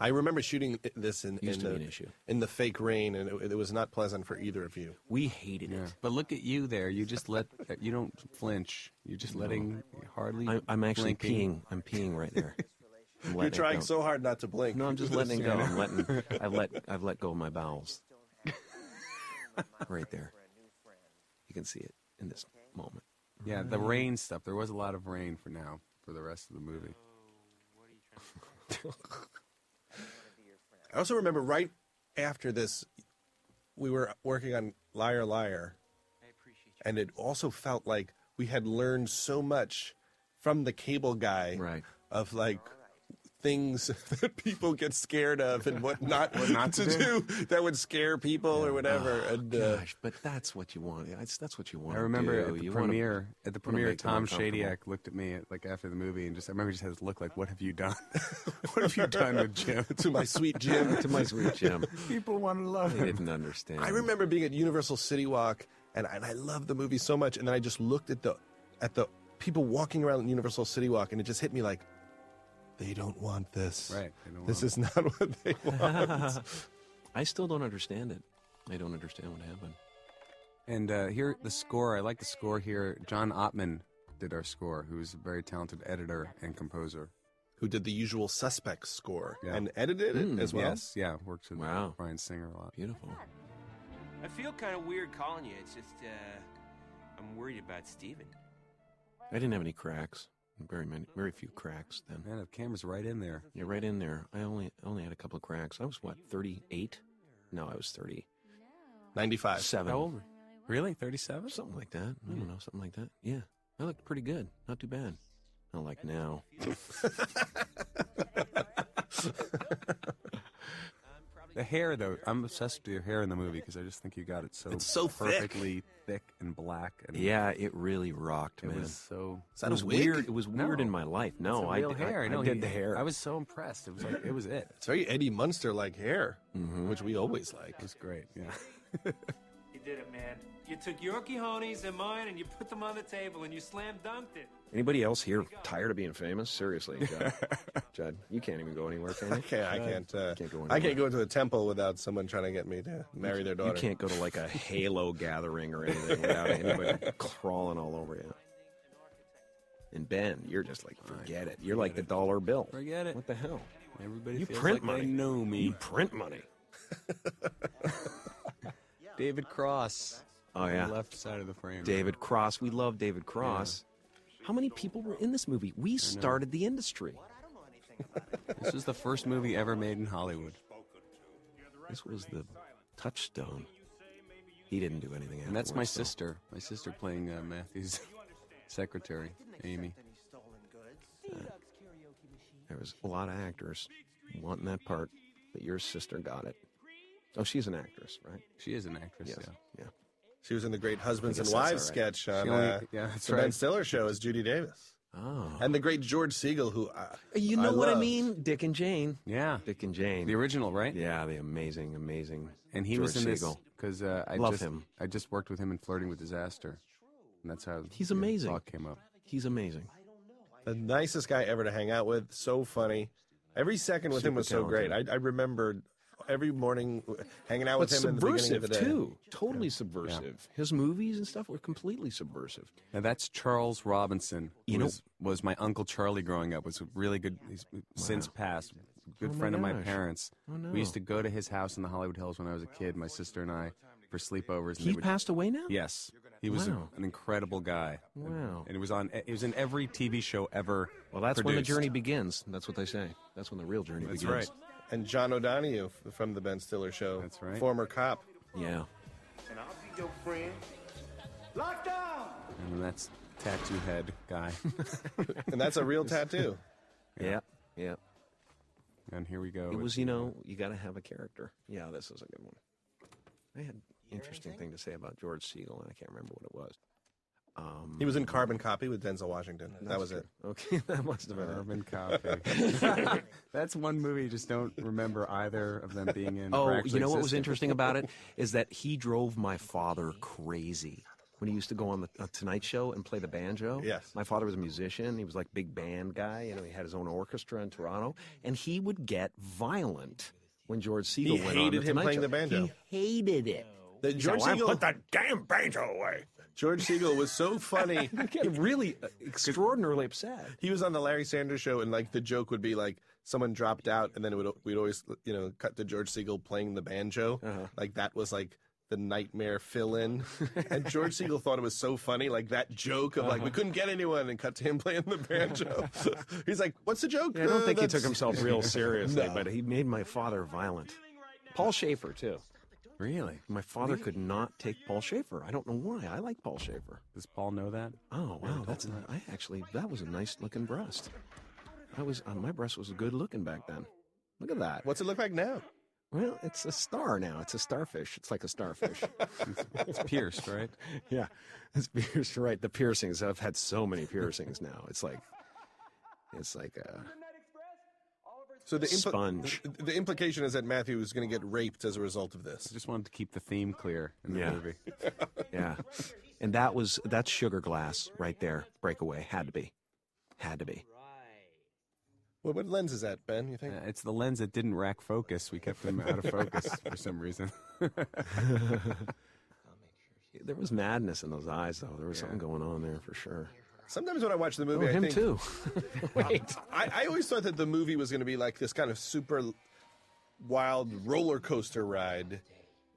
I remember shooting i- this in, in, Used to the, be an issue. in the fake rain, and it, it was not pleasant for either of you. we hated Yeah. it. But look at you there. You just let. You don't flinch. You're just letting hardly. I, I'm actually blinking. peeing. I'm peeing right there. I'm You're letting it trying go. so hard not to blink. No, I'm just letting it go. I'm letting. I've let. I've let go of my bowels. right there. You can see it in this moment. Yeah, the rain stuff. There was a lot of rain for now for the rest of the movie. I also remember right after this, we were working on Liar Liar, and it also felt like we had learned so much from the cable guy Right. of like things that people get scared of and what not, not to do. that would scare people or whatever. and uh, Oh, Gosh, but that's what you want. That's, that's what you want. I remember do. at the you wanna- premiere. at wanna the premiere, make them Tom uncomfortable. Shadyac looked at me like after the movie and just. I remember he just had this look like, "What have you done? what have you done with Jim? to my sweet Jim. to my sweet Jim. People want to love They him." didn't understand. I remember being at Universal City Walk, and, and I loved the movie so much. And then I just looked at the at the people walking around Universal City Walk, and it just hit me like, they don't want this. Right, they don't This want is not what they want. I still don't understand it. I don't understand what happened. And uh, here, the score. I like the score here. John Ottman did our score, who is a very talented editor and composer. Who did the usual suspects score Yeah. and edited it Mm, as well? Yes, yeah, works with uh, Wow. Brian Singer a lot. Beautiful. I feel kind of weird calling you. It's just, uh, I'm worried about Steven. I didn't have any cracks. Very many, very few cracks then. Man, the camera's right in there. You're right in there. I only only had a couple of cracks. I was what, 38? No, I was 37. Ninety-five. How old? Hmm. were- Really, thirty-seven? Something like that. I don't know, something like that. Yeah. I looked pretty good. Not too bad. Not like now. The hair, though, I'm obsessed with your hair in the movie because I just think you got it so It's so thick. perfectly thick. and black. And Yeah, it really rocked, it man. was so. Is that it a was wig? weird. It was weird No. in my life. It's No, a I, real d- I- hair. I know, did he- the hair. I was so impressed. It was like it was it. It's very Eddie Munster-like hair, Mm-hmm. which we always like. It was great. Yeah. You did it, man. You took your cojones and mine and you put them on the table and you slam dunked it. Anybody else here tired of being famous? Seriously, Judd. Judd, you can't even go anywhere, can you? Okay, I can't. Uh, can't go I can't go into a temple without someone trying to get me to marry their You daughter. can't go to like a Halo gathering or anything without anybody crawling all over you. And Ben, you're just like, forget it. You're like the dollar bill. Forget it. What the hell? Everybody You feels print like money. they know me. You print money. David Cross. Oh, on yeah. The left side of the frame. David Cross. We love David Cross. How many people were in this movie? We started the industry. This is the first movie ever made in Hollywood. This was the touchstone. He didn't do anything. And that's my afterwards, though. sister. My sister playing uh, Matthew's secretary, Amy. There was a lot of actors wanting that part, but your sister got it. Oh, she's an actress, right? She is an actress. Yes. Yeah. Yeah. She was in the great husbands I and guess wives that's all right. sketch on She only- uh, yeah, that's the Ben right. Stiller show as Judy Davis. Oh. And the great George Siegel, who I, You know what I love. mean? Dick and Jane. Yeah. Dick and Jane. The original, right? yeah, the amazing, amazing. And he was George in this Segal. because uh, I Love just him. I just worked with him in Flirting with Disaster, and that's how He's the amazing. Talk came up. He's amazing. the nicest guy ever to hang out with. So funny. Every second with him Super was so great. talented. I, I remembered every morning w- hanging out But Oh, with him in the beginning of the subversive day. too. Totally subversive. His movies and stuff were completely subversive. Now that's Charles Robinson. You You know- was, was my uncle Charlie growing up. Was a really good. He's since passed. Good Oh my friend of my gosh. parents. Oh no. We used to go to his house in the Hollywood Hills when I was a kid. My sister and I for sleepovers. And they He would- passed away now. Yes, he was a- Wow. an incredible guy. Wow. And it was on. It was in every TV show ever. Well, that's when the produced. journey begins. That's what they say. That's when the real journey That's begins. right. And John O'Donohue f- from the Ben Stiller show. That's right. Former cop. Yeah. And I'll be your friend. Lockdown! And that's tattoo head guy. And that's a real tattoo. Yeah. Yeah. and here we go. It with- was, you know, you got to have a character. Yeah, this is a good one. I had an interesting thing to say about George Siegel, and I can't remember what it was. Um, He was in Carbon Copy with Denzel Washington. that was it. Uh-huh. Okay, that must have been it. Urban Copy. That's one movie you just don't remember either of them being in. or Oh, actually you know what was existing. interesting about it is that he drove my father crazy when he used to go on the uh, Tonight Show and play the banjo. Yes. my father was a musician. He was like big band guy. You know, he had his own orchestra in Toronto, and he would get violent when George Siegel He went on the hated him Tonight playing Show. the banjo. He hated it. The He George said, "Well, Siegel- put that damn banjo away. George Siegel was so funny. Get really uh, extraordinarily upset. he was on the Larry Sanders show, and like the joke would be like someone dropped out, and then it would we'd always you know cut to George Siegel playing the banjo, Uh-huh. like that was like the nightmare fill-in, and George Siegel thought it was so funny, like that joke of like Uh-huh. we couldn't get anyone, and cut to him playing the banjo. He's like, "What's the joke?" Yeah, I don't Uh, think he that's- took himself real seriously, No. but he made my father violent. Paul Schaefer too. Really? My father could not take Paul Schaefer. I don't know why. I like Paul Schaefer. Does Paul know that? Oh wow, that's a, I actually that was a nice looking breast. I was uh, my breast was good looking back then. Look at that. What's it look like now? Well, it's a star now. It's a starfish. It's like a starfish. It's pierced, right? yeah, it's pierced. Right, the piercings. I've had so many piercings now. It's like, it's like uh, a So the Sponge. the, the implication is that Matthew was going to get raped as a result of this. Just wanted to keep the theme clear in the Yeah. movie. Uh, yeah. And that was that's sugar glass right there. Breakaway had to be, had to be. What, what lens is that, Ben? You think? Uh, it's the lens that didn't rack focus. We kept him out of focus for some reason. There was madness in those eyes though. There was something going on there for sure. Sometimes when I watch the Oh, movie, I him think too. I, I always thought that the movie was going to be like this kind of super wild roller coaster ride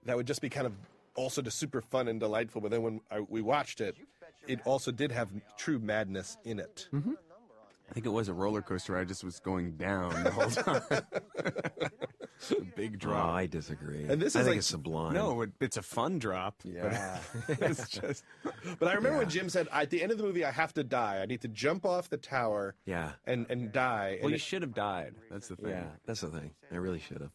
that would just be kind of also just super fun and delightful. But then when I, we watched it, it also did have true madness in it. I think it was a roller coaster. I just was going down the whole time. a big Oh, drop. I disagree. And this I is think like- it's sublime. no, it, it's a fun drop. Yeah. But it's just. But I remember when Jim said, "At the end of the movie, I have to die. I need to jump off the tower Yeah. and and die." And Well, you it- should have died. That's the thing. Yeah, that's the thing. I really should have.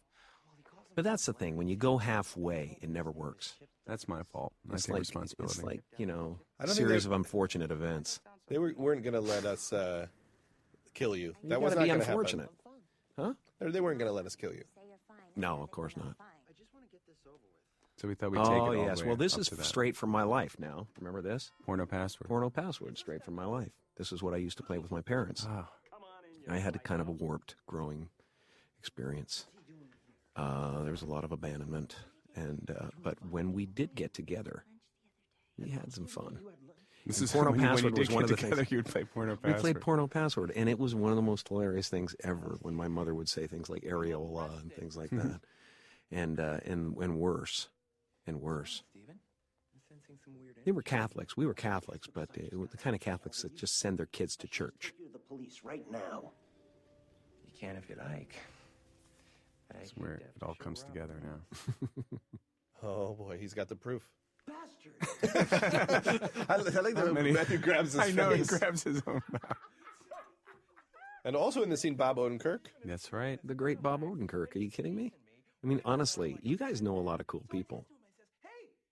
But that's the thing. When you go halfway, it never works. That's my fault. I It's take like responsibility. It's like you know, I a don't think series they- of unfortunate events. they were, weren't going to let us uh, kill you. You that was gotta not be going to unfortunate. happen. They- They weren't going to let us kill you. No, of course not. so we thought we'd take it. oh all the yes. way Well, this up is to that. straight from my life now. Remember this? porno password. Porno password, straight from my life. This is what I used to play with my parents. Oh. I had a kind of a warped growing experience. Uh, there was a lot of abandonment, and uh, but when we did get together, we had some fun. This And is porno when you- when password you was did one get of the things- together, You would play porno We password. played porno password, and it was one of the most hilarious things ever. When my mother would say things like areola and things like that, and uh, and and worse, and worse. They were Catholics. We were Catholics, but uh, it were the kind of Catholics that just send their kids to church. You to the police right now. You can if you like. But I It's could where def- it all comes together now. Oh boy, he's got the proof. Bastard! I, I like How that many- Matthew grabs his I know, he face. grabs his own And also in the scene, Bob Odenkirk. That's right. The great Bob Odenkirk. Are you kidding me? I mean, honestly, you guys know a lot of cool people.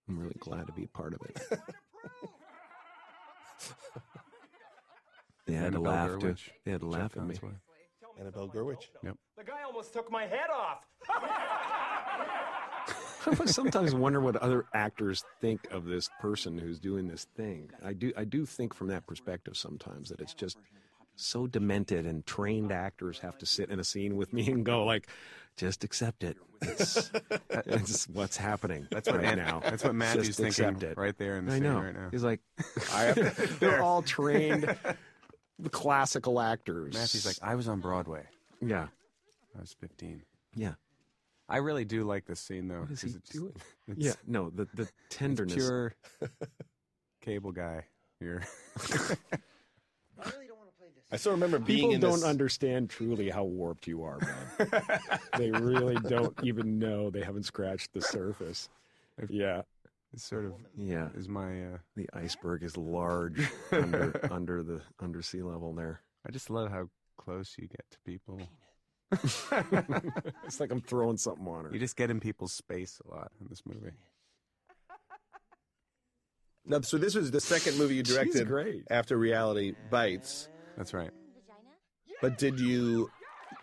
I'm really glad to be a part of it. they had to Annabelle laugh, too. Gurwitch. They had to Jeff laugh at me. Downs wife. Annabelle Gurwitch. Yep. The guy almost took my head off. I sometimes wonder what other actors think of this person who's doing this thing. I do I do think from that perspective sometimes that it's just so demented and trained actors have to sit in a scene with me and go like just accept it. It's, it's what's happening That's what right An- now. that's what Matthew's Just thinking accept it. right there in the I scene know. right now. He's like I have, they're all trained classical actors. Matthew's like, "Ah." I was on Broadway. Yeah. I was 15. Yeah. I really do like this scene, though. What is 'cause he it just- doing? it's- Yeah, no, the the tenderness. Pure cable guy here. I still remember being People in don't this- understand truly how warped you are, man. they really don't even know. They haven't scratched the surface. Yeah. It's sort of Yeah. is my uh, the iceberg is large under under the under sea level there. I just love how close you get to people. it's like I'm throwing something on her. You just get in people's space a lot in this movie. No, so this was the second movie you She's directed great. after Reality Bites. That's right. But did you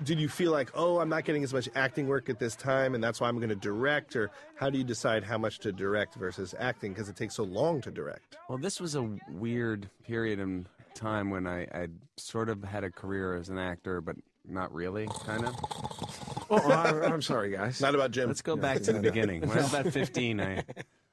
did you feel like, oh, I'm not getting as much acting work at this time, and that's why I'm going to direct? Or how do you decide how much to direct versus acting because it takes so long to direct? Well, this was a weird period in time when I I sort of had a career as an actor, but not really, kind of. Oh, I, am sorry, guys. Not about Jim. Let's go back to the beginning. When I was about 15, I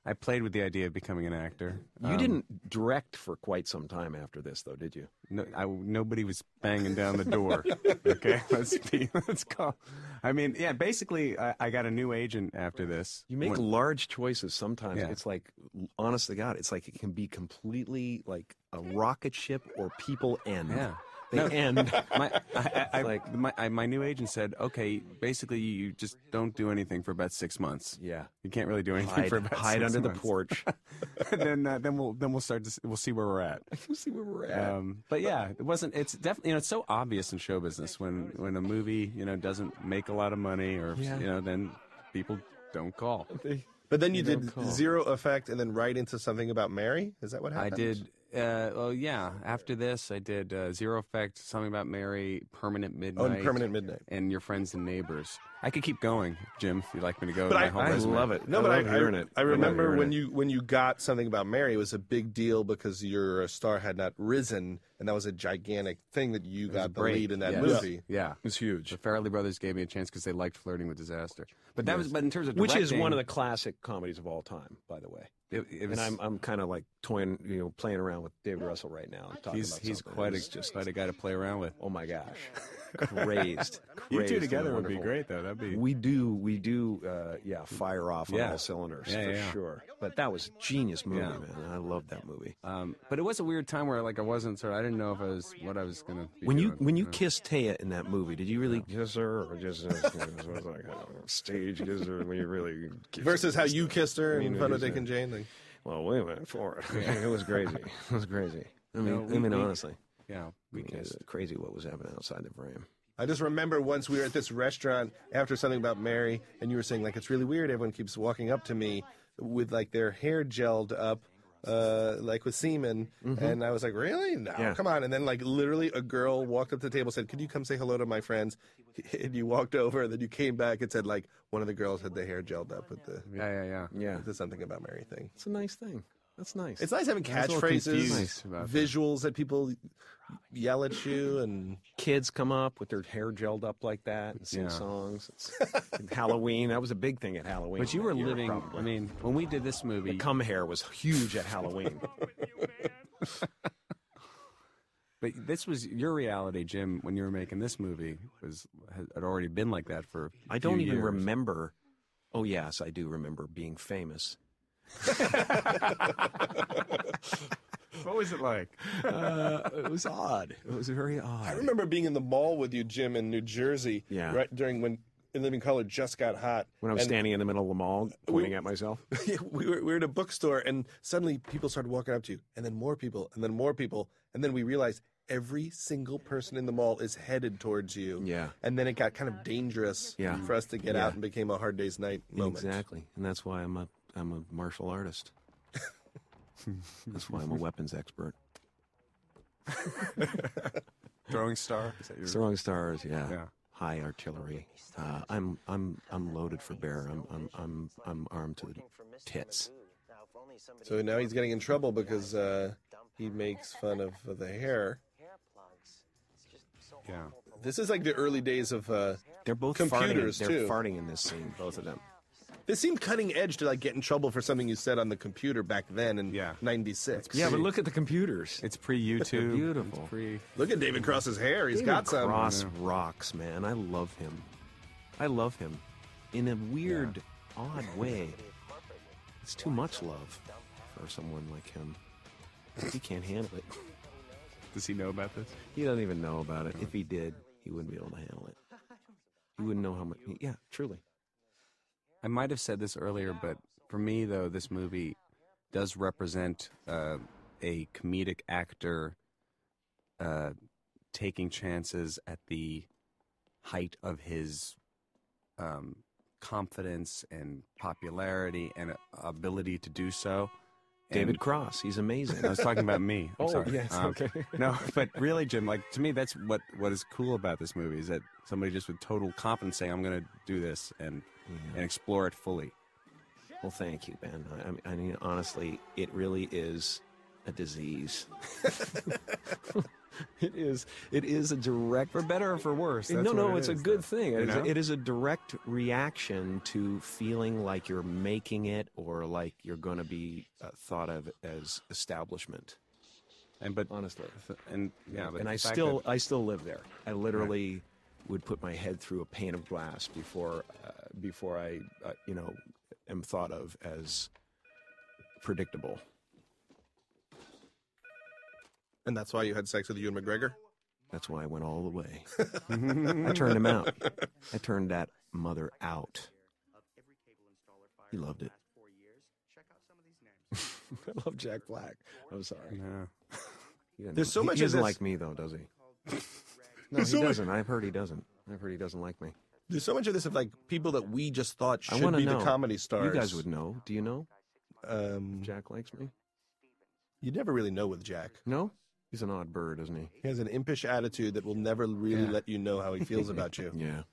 I played with the idea of becoming an actor. You Um, didn't direct for quite some time after this, though, did you? No, I, nobody was banging down the door. Okay, let's be, let's call. I mean, yeah, basically, I, I got a new agent after this. You make When- large choices sometimes. Yeah. It's like, honest to God, it's like it can be completely like a rocket ship or people end. Yeah. They No, end. My, I, I, like, my, I, my new agent said, okay, basically, you just don't do anything for about six months. Yeah. You can't really do anything Hide, for about hide six under the months. porch. And then, uh, then we'll then we'll start to s- we'll see where we're at. We'll see where we're at. Um, but yeah, it wasn't. It's definitely you know it's so obvious in show business when when a movie you know doesn't make a lot of money or Yeah. you know then people don't call. But then you, You don't did call. zero effect, and then right into something about Mary. Is that what I happened? did. Uh, well, yeah. After this, I did uh, Zero Effect, something about Mary, Permanent Oh, Midnight, and Permanent Midnight. and Your Friends and Neighbors. I could keep going, Jim, if you'd like me to go. But with my I- whole I resume. love it. No, I but love I, hearing I, it. I I love remember hearing when it. you when you got something about Mary, it was a big deal because your star had not risen, and that was a gigantic thing that you was a got the break, lead in that yes. movie. Yeah, It's huge. the Farrelly brothers gave me a chance because they liked flirting with disaster. But that was, but in terms of Which is directing, one of the classic comedies of all time, by the way. It, it was, and I'm I'm kind of like toying, you know, playing around with David Russell right now. and Talking he's about he's something. quite It a was just quite a guy to play around with. Oh my gosh, crazed. You crazed two and together would be wonderful. great, though. That'd be We do, we do, uh, yeah, fire off on Yeah. all cylinders Yeah, for yeah. sure. But that was genius movie, Yeah. man. I love that movie. Um, but it was a weird time where like I wasn't sort of I didn't know if I was what I was gonna. Be When you doing, when you know. kissed Taya in that movie, did you really? Kiss her or just uh, was like I don't know, stage kiss her when you really kiss Versus her. how you kissed her I mean, in front of it is Dick a- and Jane. Like, Well, we went for it. it was crazy. It was crazy. I mean, No, we- I mean, we- honestly, yeah I we mean, it was kissed. crazy what was happening outside the frame. I just remember once we were at this restaurant after something about Mary, and you were saying like it's really weird. Everyone keeps walking up to me with like their hair gelled up, uh, like with semen, Mm-hmm. and I was like, really? No, Yeah. come on. And then like literally, a girl walked up to the table, said, "Could you come say hello to my friends?" And you walked over, and then you came back and said like one of the girls had the hair gelled up with the Yeah, yeah, yeah. Yeah, with the something about Mary thing. it's a nice thing. That's nice. It's nice having was a little catchphrases, confused about that. visuals that people yell at you, and kids come up with their hair gelled up like that and sing Yeah. songs. It's, and Halloween, that was a big thing at Halloween. But you were that year, living. probably. I mean, when we did this movie, cum hair was huge at Halloween. but this was your reality, Jim. When you were making this movie, was had had already been like that for. I I don't even remember. Oh yes, I do remember being famous. What was it like? Uh, it was odd. It was very odd. I remember being in the mall with you, Jim, in New Jersey. Yeah. Right during when In Living Color just got hot. When I was And standing in the middle of the mall pointing at myself. yeah, we were we were at a bookstore and suddenly people started walking up to you, and then more people, and then more people, and then we realized every single person in the mall is headed towards you. Yeah. And then it got kind of dangerous Yeah. for us to get Yeah. out and became a hard day's night moment. Exactly. And that's why I'm a I'm a martial artist. that's why I'm a weapons expert. Throwing star? Is that your... Throwing stars, yeah. Yeah. High artillery. Uh, I'm I'm I'm loaded for bear. I'm I'm I'm I'm armed to the tits. So now he's getting in trouble because uh, he makes fun of the hair. Yeah. This is like the early days of uh, they're both computers farting. They're too. farting in this scene, both of them. They seem cutting edge to like get in trouble for something you said on the computer back then in '96. Yeah, but look at the computers. It's pre YouTube. Beautiful. look at David Cross's hair. He's David got some. Cross rocks, man. I love him. I love him. In a weird, odd way. It's too much love for someone like him. He can't handle it. Does he know about this? He doesn't even know about it. If he did, he wouldn't be able to handle it. He wouldn't know how much. Yeah, truly. I might have said this earlier, but for me, though, this movie does represent uh, a comedic actor uh, taking chances at the height of his um, confidence and popularity and uh, ability to do so. David And- Cross, he's amazing. I was talking about me. I'm Oh, sorry. Um, yes, okay. no, but really, Jim, like to me, that's what what is cool about this movie is that somebody just with total confidence saying, "I'm going to do this" and and explore it fully. Well, thank you, Ben. I- I, mean- I mean, honestly, it really is a disease. it is. It is a direct, for better or for worse. No, that's what no, it it's is, a good though, thing. you It is, a, know? it is a direct reaction to feeling like you're making it or like you're going to be uh, thought of as establishment. And but honestly, and yeah, but and the I fact still, that- I still live there. I literally would put my head through a pane of glass before, uh, before I, uh, you know, am thought of as predictable. And that's why you had sex with Ewan McGregor. That's why I went all the way. I turned him out. I turned that mother out. He loved it. I love Jack Black. I'm sorry. He doesn't- There's so he- much he of doesn't this- like me though, does he? No, There's so he much- doesn't. I've heard he doesn't. I've heard he doesn't like me. There's so much of this of like people that we just thought I should want to be know. the comedy stars. You guys would know. Do you know? Um, Jack likes me. You never really know with Jack. No, he's an odd bird, isn't he? He has an impish attitude that will never really Yeah. let you know how he feels about you. Yeah.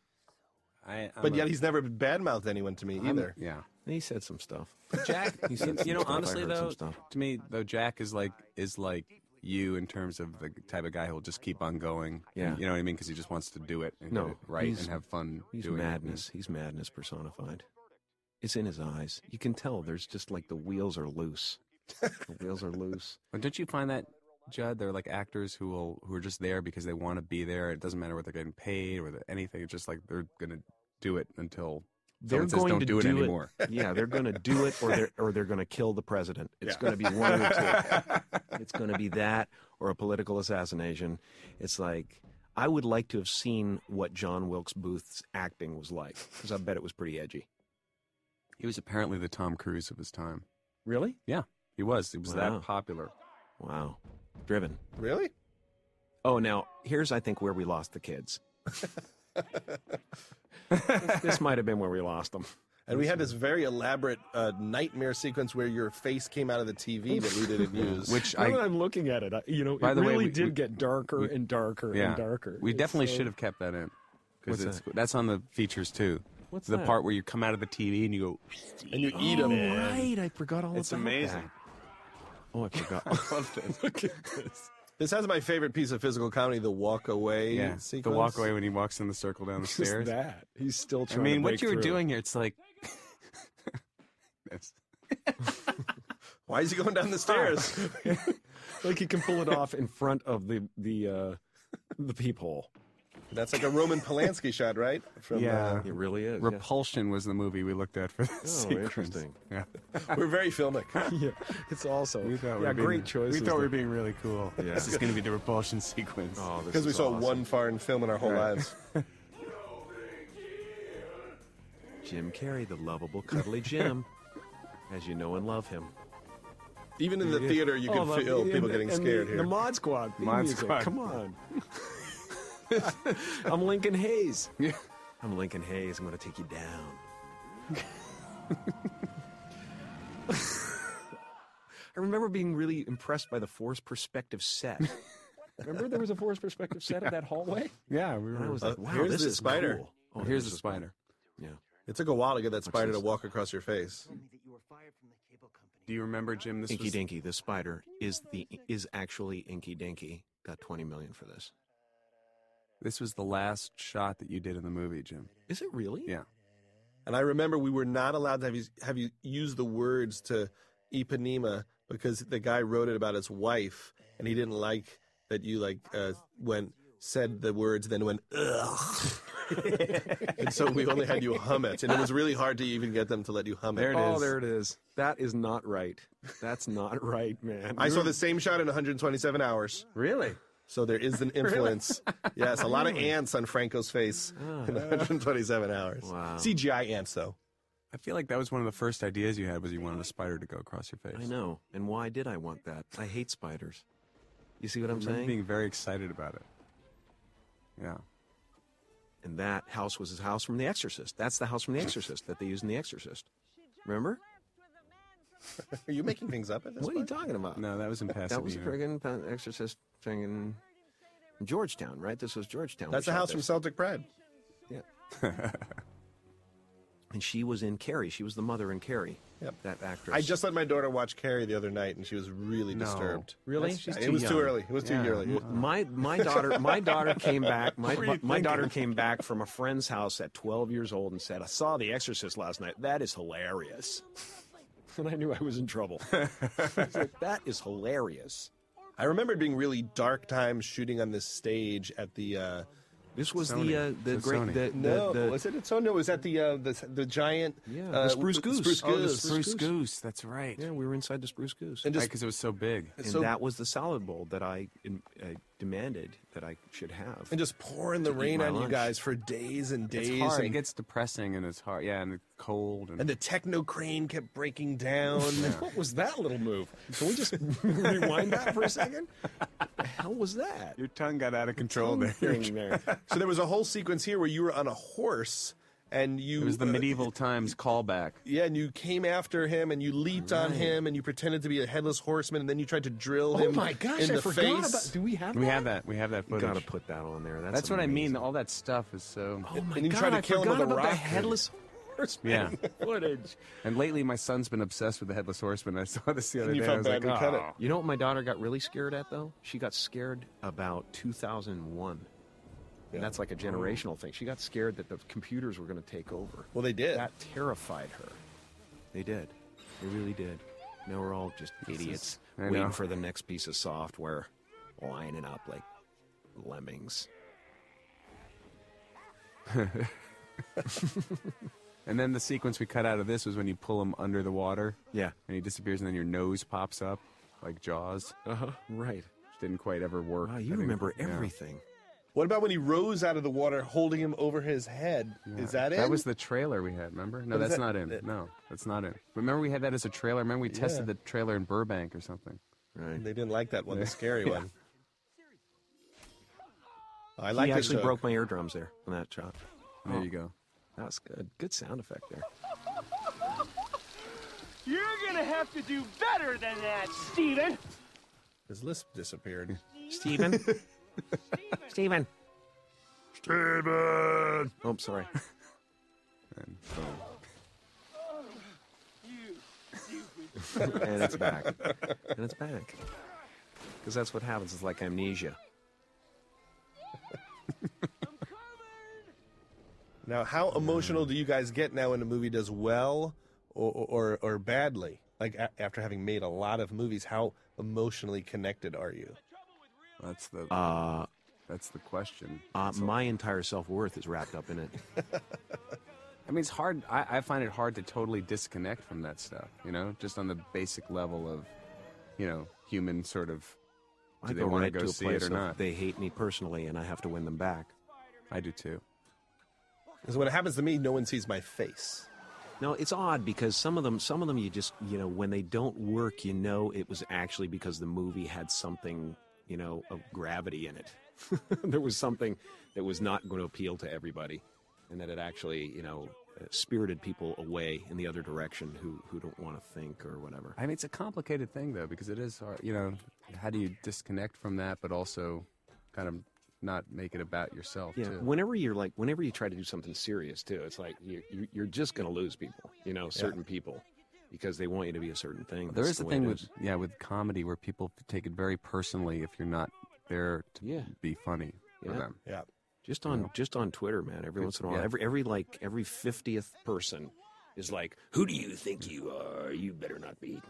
I, I'm But a- yet he's never badmouthed anyone to me I'm- either. Yeah, He said some stuff. Jack. He said some you know, stuff. I honestly heard some though, stuff. to me though, Jack is like is like you in terms of the type of guy who'll just keep on going. Yeah. you know what I mean? Because he just wants to do it and No, get it right he's- and have fun He's doing it. madness. He's madness personified. It's in his eyes. You can tell. There's just like the wheels are loose. the wheels are loose. But don't you find that Judd? They're like actors who will who are just there because they want to be there. It doesn't matter what they're getting paid or the- anything. It's just like they're gonna do it until They're someone says, going "Don't to do it anymore." Yeah, they're going to do it, or they're or they're going to kill the president. It's Yeah. going to be one or two. It's going to be that or a political assassination. It's like I would like to have seen what John Wilkes Booth's acting was like because I bet it was pretty edgy. He was apparently the Tom Cruise of his time. Really? Yeah, he was. He was Wow. that popular. Wow, driven. Really? Oh, now here's I think where we lost the kids. this, this might have been where we lost them. And we had this very elaborate uh, nightmare sequence where your face came out of the TV that we didn't use. Which Now that I I'm looking at it, I, you know, By it the way, really we- did we- get darker we- and darker yeah. and darker. We It's definitely so- should have kept that in What's because it's that? that's on the features too. What's the that? part where you come out of the TV and you go? and you eat Oh, them. Right, I forgot all It's about amazing. that. Oh, I forgot. Look at this. This has my favorite piece of physical comedy, the walk away Yeah, sequence. the walk away when he walks in the circle down the Just stairs. that. He's still I trying. mean, to what break you were through. doing here, it's like. That's- Why is he going Ah. down the stairs? like he can pull it off in front of the the uh, the peephole. That's like a Roman Polanski shot, right? yeah, uh, it really is. Repulsion was the movie we looked at for this Oh, sequence. interesting. Yeah, uh, We're very filmic. yeah, it's also we thought we yeah, were being- great choices. We thought we were there. being really cool. Yeah. This is going to be the repulsion sequence. Oh, this Because we is saw awesome. one foreign film in our whole Right. lives. Jim Carrey, the lovable, cuddly Jim, as you know and love him. Even in the Yeah. theater, you Oh, can but- feel and- people getting and scared the, here. The Mod Squad. theme Mod music, Squad. Come on. I'm Lincoln Hayes. I'm Lincoln Hayes. I'm going to take you down. I remember being really impressed by the force perspective set. Remember there was a forest perspective set of that hallway? Yeah, we And I were. was Uh, like, wow, here's this the is spider. cool. Oh, here's the spider. It took a while to get that spider to this? walk across your face. Do you remember, Jim? This Inky was Dinky, the spider, is the is actually Inky Dinky. Got 20 million for this. this was the last shot that you did in the movie, Jim. Is it really? Yeah. And I remember we were not allowed to have you, have you use the words to Ipanema because the guy wrote it about his wife, and he didn't like that you like uh, went said the words, then went ugh. and so we only had you hum it, and it was really hard to even get them to let you hum it. There it is. oh, there it is. That is not right. That's not right, man. I saw the same shot in 127 hours. Really? So there is an influence. Yes, a lot of ants on Franco's face in 127 hours. Wow. CGI ants, though. I feel like that was one of the first ideas you had was you wanted a spider to go across your face. I know. And why did I want that? I hate spiders. You see what I I'm remember saying? being very excited about it. Yeah. And that house was his house from The Exorcist. That's the house from The Exorcist that they used in The Exorcist. Remember? Are you making things up at this What are you point? talking about? No, that was in Pasadena. that was a friggin' pa- Exorcist thing in Georgetown, right? This was Georgetown. That's we the shot house this. from Celtic Pride. And she was in Carrie. She was the mother in Carrie. Yep. That actress. I just let my daughter watch Carrie the other night, and she was really No. disturbed. Really? That's- She's it too was too young. early. It was too Yeah. early. my my daughter my daughter came back. My, My my, my daughter came back from a friend's house at 12 years old and said, I saw The Exorcist last night. That is hilarious. and I knew I was in trouble. I was like, that is hilarious. I remember it being really dark times shooting on this stage at the. Uh, this was Sony. the uh, the It's great Sony. the, the, no, the- was it at Sonia? It was at the uh, the the giant Yeah. uh, The Spruce w- Goose. Spruce Oh, the Goose. Spruce Spruce Goose. Goose. That's right. yeah, we were inside the Spruce Goose. And just because it was so big. And so- that was the salad bowl that I in- I demanded that I should have. and just pouring the To eat rain my on you lunch. guys for days and days. It's hard. It and, gets depressing and it's hard. Yeah, and cold and, and the techno crane kept breaking down. What was that little move? Can we just rewind that for a second? The hell was that? your tongue got out of control there. Thing there. so there was a whole sequence here where you were on a horse and you It was the uh, medieval times callback. Yeah, and you came after him and you leaped on him and you pretended to be a headless horseman and then you tried to Oh Oh drill him in the face. Do we have We have that. We have that You footage. gotta put that on there. That's, That's what I mean. amazing. All that stuff is so. Oh my And you God, tried to I kill him forgot with a about the rock. headless Yeah. footage? And lately, my son's been obsessed with the headless horseman. I saw this the other And you day. felt I was bad like, we cut it. "Aw." You know what my daughter got really scared at though? She got scared about 2001. And that's like a generational thing. She got scared that the computers were going to take over. Well, they did. That terrified her. They did. They really did. Now we're all just idiots I know. waiting for the next piece of software, lining up like lemmings. And then the sequence we cut out of this was when you pull him under the water. Yeah. And he disappears, and then your nose pops up like Jaws. Uh huh. Right. Which didn't quite ever work. Wow, I Ah, you think- remember yeah. everything. What about when he rose out of the water holding him over his head? Yeah. Is that it? That was the trailer we had, remember? No, What is that's that? not in. That- No, that's not in. Remember we had that as a trailer? Remember we tested Yeah. the trailer in Burbank or something? Right. They didn't like that one, the scary one. I like He this actually joke. broke my eardrums there on that shot. There you go. That was good. Good sound effect there. You're gonna have to do better than that, Steven! His lisp disappeared. Steven. Steven. Steven. Oh, I'm sorry. You stupid and it's back. And it's back. Because that's what happens. It's like amnesia. Now, how emotional do you guys get now when a movie does well or or, or badly? Like a- after having made a lot of movies, how emotionally connected are you? That's the. Uh, That's the question. Uh, That's my entire self worth is wrapped up in it. I mean, it's hard. I, I find it hard to totally disconnect from that stuff. You know, just on the basic level of, you know, human sort of. Do I they go want right to go to a see place it or of not? They hate me personally, and I have to win them back. I do too. Because when it happens to me, no one sees my face. No, it's odd because some of them, some of them, you just, you know, when they don't work, you know, it was actually because the movie had something, you know, of gravity in it. there was something that was not going to appeal to everybody, and that it actually, you know, uh, spirited people away in the other direction who who don't want to think or whatever. I mean, it's a complicated thing though because it is hard. You know, how do you disconnect from that, but also, kind of not make it about yourself Yeah. too? Whenever you're like, whenever you try to do something serious too, it's like you, you you're just going to lose people. You know, certain people. Because they want you to be a certain thing. There That's is a the way thing it with is. yeah with comedy where people take it very personally if you're not there to Yeah. be funny for Yeah. them. Yeah. Just on just on Twitter, man. Every once in a while, yeah. every every like every fiftieth person is like, "Who do you think you are? You better not be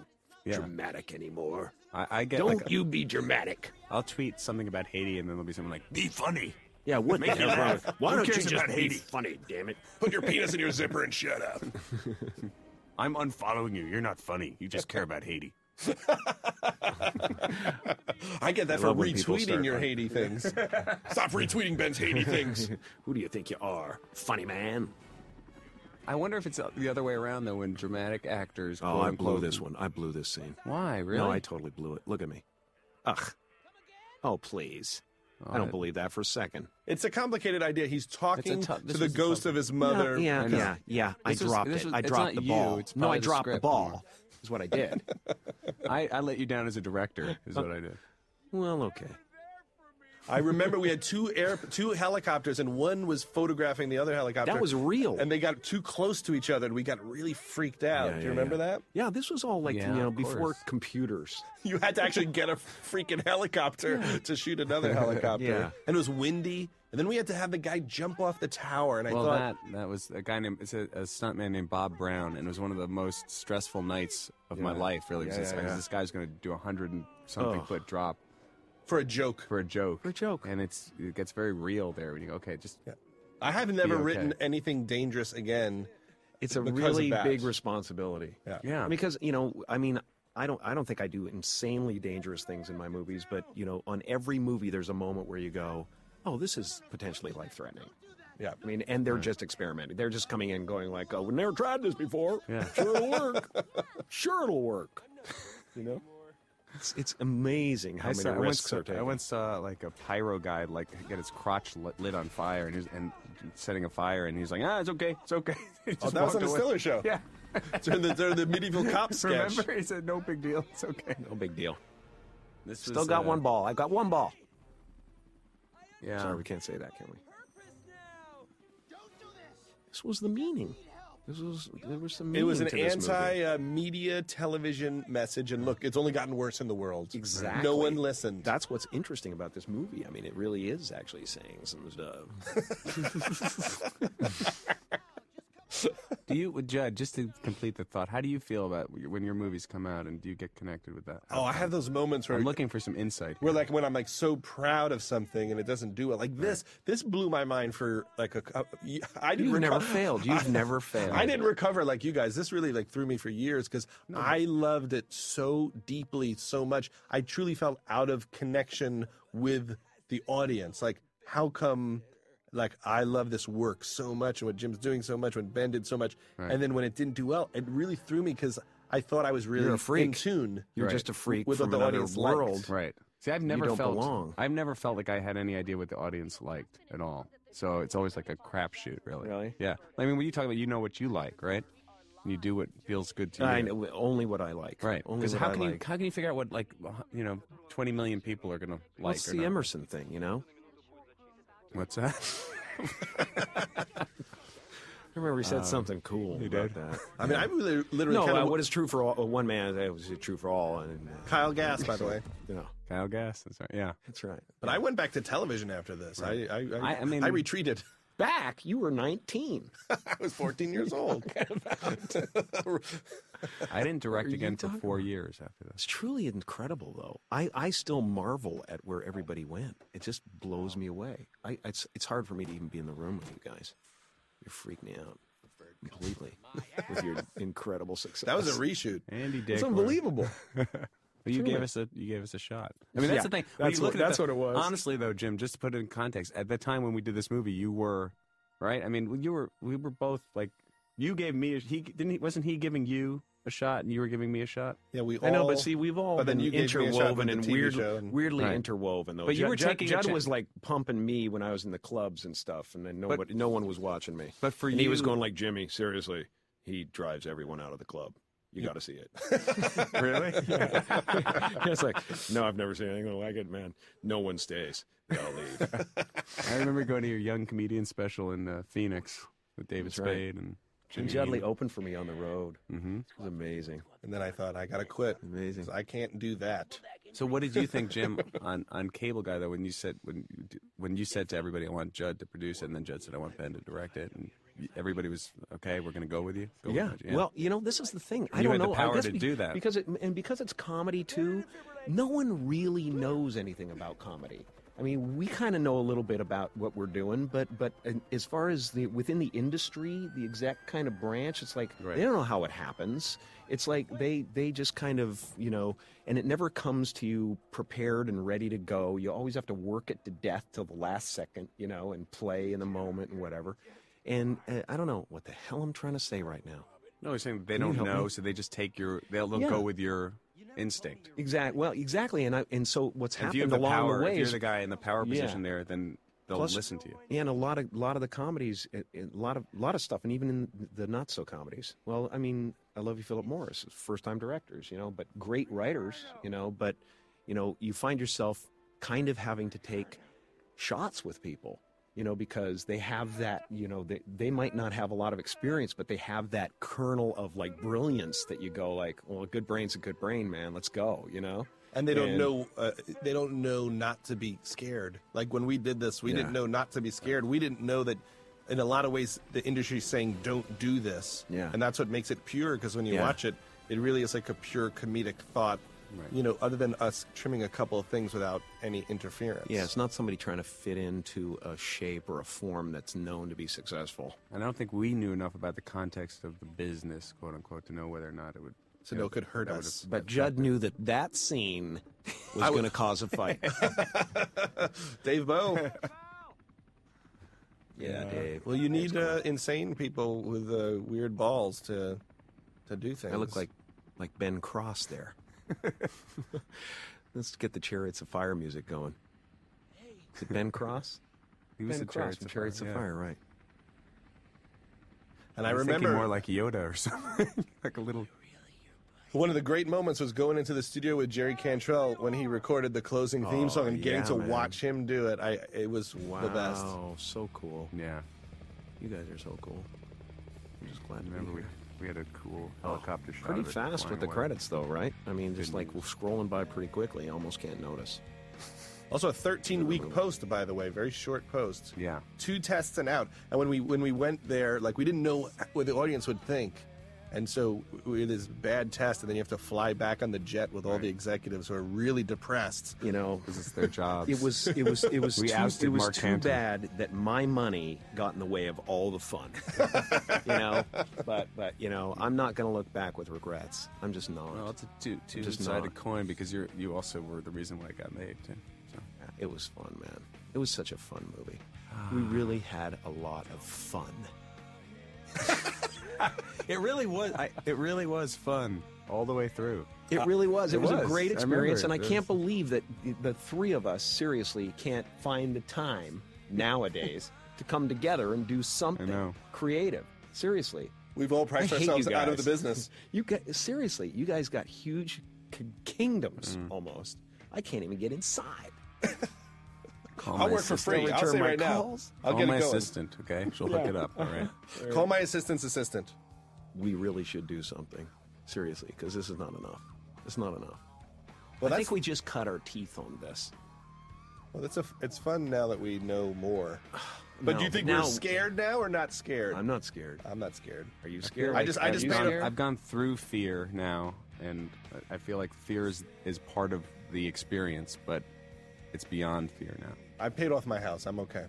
Yeah. dramatic anymore. I, I get Don't like, you be dramatic." I'll tweet something about Haiti and then there'll be someone like be funny. Yeah, what the Make me hell's wrong laugh. with Why Who don't you cares just about be Haiti? funny? Damn it! Put your penis in your zipper and shut up. I'm unfollowing you. You're not funny. You just care about Haiti. I get that I for love when people retweeting start your like- Haiti things. Stop retweeting Ben's Haiti things. Who do you think you are, funny man? I wonder if it's the other way around though. When dramatic actors, Oh, I blew quote-unquote- this one. I blew this scene. Why really? No, I totally blew it. Look at me. Ugh. Oh please! I I- don't believe that for a second. It's a complicated idea. He's talking tough- to this the is a ghost tough- of his mother. No, yeah, I know. yeah, yeah. I This was- dropped this it. was- I it's dropped not the you, ball. it's no, I probably the dropped the script ball. Is what I did. I, I let you down as a director. Is what I did. well, okay. I remember we had two air, two helicopters, and one was photographing the other helicopter. That was real. And they got too close to each other, and we got really freaked Oh, out. Yeah, Do yeah, you remember yeah. that? Yeah, this was all like Yeah, you know of before course. computers. You had to actually get a freaking helicopter to shoot another helicopter. Yeah. And it was windy. And then we had to have the guy jump off the tower. And I well, thought, that that was a guy named it's a, a stuntman named Bob Brown, and it was one of the most stressful nights of my Yeah. life. Really, because Yeah, this, yeah, guy- 'cause yeah. this guy's going to do a hundred and something Ugh. foot drop for a joke, for a joke. For a joke. and it's it gets very real there. When you go, okay, just I have never okay. written anything dangerous again. It's a Because of really that. big responsibility. yeah, Because you know, I mean, I don't, I don't think I do insanely dangerous things in my movies, but you know, on every movie, there's a moment where you go, "Oh, this is potentially life threatening." Yeah. I mean, and they're just experimenting. They're just coming in, going like, "Oh, we never tried this before. Yeah. Sure it'll work. sure it'll work." You know, it's, it's amazing how I, many saw- I once risks saw- are taken. I once saw like a pyro guy like get his crotch lit, lit on fire and he was, and setting a fire, and he's like, ah, it's okay, it's okay. He Oh, just that was walked on the away. Stiller show. Yeah, During the, during the medieval cop sketch. remember he said, no big deal, it's okay. no big deal. This uh, Still got one ball. I've got one ball. Yeah, Sorry, we can't say that, can we? This was the meaning. This was there was some. It was an meaning to this movie. anti-media television message, and look, it's only gotten worse in the world. Exactly. No one listened. That's what's interesting about this movie. I mean, it really is actually saying some stuff. Do you, would Judd, just to complete the thought, how do you feel about when your movies come out and do you get connected with that? oh, I have those moments where I'm looking for some insight. where like when I'm like so proud of something and it doesn't do it. Like this, this blew my mind for like a. cou- uh, I didn't You've never reco- failed. You've never failed. I didn't recover like you guys. This really like threw me for years because I loved it so deeply, so much. I truly felt out of connection with the audience. Like, how come? Like I love this work so much, and what Jim's doing so much, when Ben did so much, and then when it didn't do well, it really threw me because I thought I was really You're a freak. in tune. You're Right. just a freak With what from the another audience liked. world. Right. See, I've never don't felt belong. I've never felt like I had any idea what the audience liked at all. So it's always like a crapshoot, really. Really? Yeah. I mean, when you talk about, you know what you like, right? You do what feels good to you. I know only what I like. Right. Only Because what how I can you like. how can you figure out what like uh, you know 20 million people are gonna like? What's or the not? Emerson thing? You know. What's that? I remember he said something cool about that. I mean, I really literally No, kind uh, of what is true for all, uh, one man is true for all, and uh, Kyle Gass, by the way. you know, Kyle Gass. That's right. Yeah. that's right. But I went back to television after this. I I, I, I- I mean- I retreated. back, you were 19. I was 14 years old. I didn't direct again for four about? years after that. It's truly incredible, though. I, I still marvel at where everybody went. It just blows me away. I, it's, it's hard for me to even be in the room with you guys. You're freaking me out completely with your incredible success. That was a reshoot. Andy Dick. It's unbelievable. Well, you gave us a you gave us a shot. I mean, that's yeah, the thing. That's, what, that's the, what, it was. Honestly, though, Jim, just to put it in context, at the time when we did this movie, you were right. I mean, you were we were both like you gave me a, he didn't he, wasn't he giving you a shot and you were giving me a shot. Yeah, we. All, I know, but see, we've all but been then you interwoven and, weird, and... weirdly right. interwoven though. But you Judd, were taking Judd, Judd was like pumping me when I was in the clubs and stuff, and then nobody, but, no one was watching me. But for and you, he was going like Jimmy. Seriously, he drives everyone out of the club. You got to see it. really? Yeah. it's like, no, I've never seen anything like it, man. No one stays. They all leave. I remember going to your young comedian special in uh, Phoenix with David That's right. Spade and. Jim Judley opened for me on the road. Mm-hmm. It was amazing. And then I thought I gotta quit. Amazing. 'cause I can't do that. So what did you think, Jim, on, on Cable Guy though? When you said when you- when you said to everybody, I want Judd to produce it, and then Judd said, I want Ben to direct it, and everybody was okay. We're gonna go with you. Go Yeah. With it, Well, you know, this is the thing. I You don't had the know. I power guess to do that. because it and because it's comedy too. No one really knows anything about comedy. I mean, we kind of know a little bit about what we're doing, but but uh, as far as the within the industry, the exact kind of branch, it's like Right. they don't know how it happens. It's like they they just kind of you know, and it never comes to you prepared and ready to go. You always have to work it to death till the last second, you know, and play in the moment and whatever. And uh, I don't know what the hell I'm trying to say right now. no, he's saying they you don't help know, me? so they just take your they'll, they'll Yeah. go with your instinct. Exactly. Well, exactly. And I, and so what's If you have happened the along power, the if way you're is, the guy in the power Yeah. position there, then they'll Plus- listen to you. and a lot of lot of the comedies, a- a lot of lot of stuff, and even in the not so comedies. Well, I mean, I love you, Philip Morris, first time directors, you know, but great writers, you know, but you know, you find yourself kind of having to take shots with people, you know, because they have that, you know, they, they might not have a lot of experience, but they have that kernel of like brilliance that you go like, well, a good brain's a good brain, man. Let's go, you know. And they don't And- know. Uh, they don't know not to be scared. Like when we did this, we Yeah. didn't know not to be scared. We didn't know that. In a lot of ways, the industry's saying don't do this. Yeah. And that's what makes it pure. Because when you Yeah. watch it, it really is like a pure comedic thought. Right. You know, other than us trimming a couple of things without any interference. Yeah, it's not somebody trying to fit into a shape or a form that's known to be successful. And I don't think we knew enough about the context of the business, quote unquote, to know whether or not it would. So you no, know, it could hurt that us. would've- But Judd knew that that scene was going to cause a fight. Dave Bow. yeah, Dave. well, you need uh, insane people with uh, weird balls to to do things. I look like like Ben Cross there. Let's get the Chariots of Fire music going. Is it Ben Cross? He was ben the Cross Chariots from of Chariots Fire, of yeah. Fire, right? and I, was thinking remember more like Yoda or something, like a little. One of the great moments was going into the studio with Jerry Cantrell when he recorded the closing theme Oh, song and getting yeah, to man. watch him do it. I it was the best. Wow, so cool. Yeah, You guys are so cool. I'm just glad I to be remember we here. we had a cool helicopter shot. Oh, Pretty of it fast flying with the away. credits, though, right? I mean, just Good like we're scrolling by pretty quickly. Almost can't notice. Also a 13 week post by the way, very short post. Yeah. Two tests and out. And when we when we went there, like we didn't know what the audience would think. And so we had this bad test, and then you have to fly back on the jet with all the executives who are really depressed. You know, This is their job. It was it was it was We too, ousted it was Mark too Hampton. bad that my money got in the way of all the fun. you know, but but you know, I'm not going to look back with regrets. I'm just not. Well, it's a two two Just sided not. coin because you're you also were the reason why it got made too. So. it was fun, man. It was such a fun movie. We really had a lot of fun. It really was. I, it really was fun all the way through. It really was. It, it was, a was. great I remember experience, it. and I It can't was- believe that the- the three of us seriously can't find the time nowadays to come together and do something know. creative. Seriously, We've all priced I hate ourselves you out of the guys. business. You got seriously, you guys got huge k- kingdoms almost. I can't even get inside. Call I'll my work for assistant. free. I'll return say Oh, my right calls. Oh, now. I'll Call get my it going. assistant. Okay, she'll hook it up. All right. Call my assistant's assistant. We really should do something seriously because this is not enough. It's not enough. Well, that's I think we just cut our teeth on this. Well, it's a it's fun now that we know more. But do you think now- we're scared now or not scared? I'm not scared. I'm not scared. Are you scared? I just, I I've just made gone, a, I've gone through fear now, and I- I feel like fear is, is part of the experience, but it's beyond fear now. I paid off my house. I'm okay.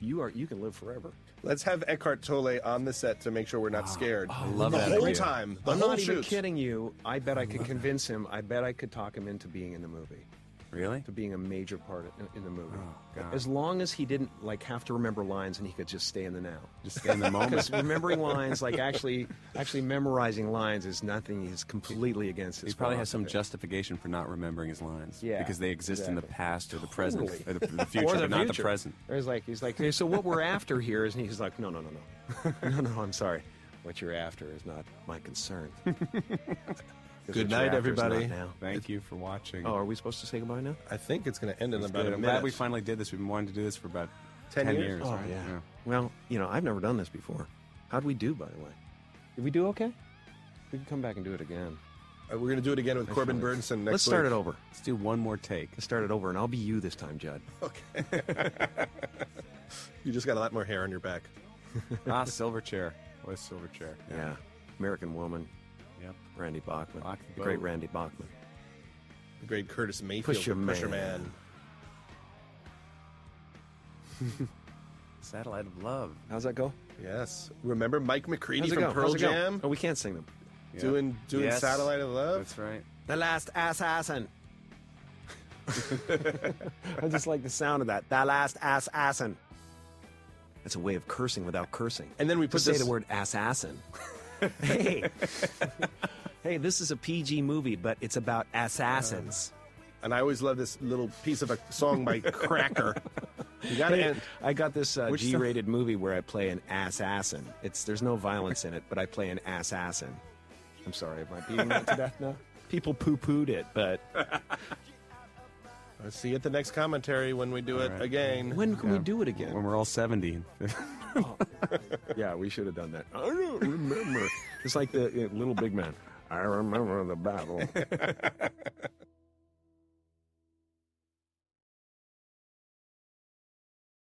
You are. You can live forever. Let's have Eckhart Tolle on the set to make sure we're not scared. I love the that whole idea. time. The I'm whole not even shoot. kidding you. I bet I could convince him. I bet I could talk him into being in the movie, Really? to being a major part in, in the movie. Oh, God. As long as he didn't like have to remember lines and he could just stay in the now. Just stay in the moment. Because remembering lines, like actually, actually memorizing lines, is nothing. Is completely against his. He probably has some philosophy. justification for not remembering his lines. Yeah, Because they exist in the exactly. past or the present Totally. or the, the future, Or the but not the future. present. There's like he's like, hey, so what we're after here is, and he's like, no, no, no, no, no, no. I'm sorry. What you're after is not my concern. 'Cause what you're Good night, after is not everybody. Now. Thank you for watching. Oh, are we supposed to say goodbye now? I think it's going to end in It's about good. a I'm minute. glad we finally did this. We've been wanting to do this for about 10 years? Oh right? yeah. Well, you know, I've never done this before. How'd we do, by the way? Did we do okay? We can come back and do it again. Uh, We're going to do it again with Corbin Actually, Burnson next Let's start it over. Let's do one more take. Let's start it over, and I'll be you this time, Judd. You just got a lot more hair on your back. ah, silver chair. What a silver chair. Yeah. American Woman, Yep. Randy Bachman, Rock the the great boat. Randy Bachman. The great Curtis Mayfield. Push your from Pusher man. Man. Satellite of love. How's that go? Yes. Remember Mike McCready How's it from go? Pearl How's it go? Jam? Oh, we can't sing them. Yeah. Doing doing Yes. Satellite of Love? That's right. The last assassin. I just like the sound of that. The last assassin. That's a way of cursing without cursing. And then we put Just say this- the word assassin. hey, hey, this is a PG movie, but it's about assassins. And I always love this little piece of a song by Cracker. You got to Hey, end. I got this uh, Uh, Which song? G-rated movie where I play an assassin. It's there's no violence in it, but I play an assassin. I'm sorry, am I beating that to death now? People poo-pooed it, but I'll see you at the next commentary when we do it right. again. when can we Yeah. do it again? When we're all 70. Yeah, we should have done that. I don't remember. Just like the uh, little big man. I remember the battle.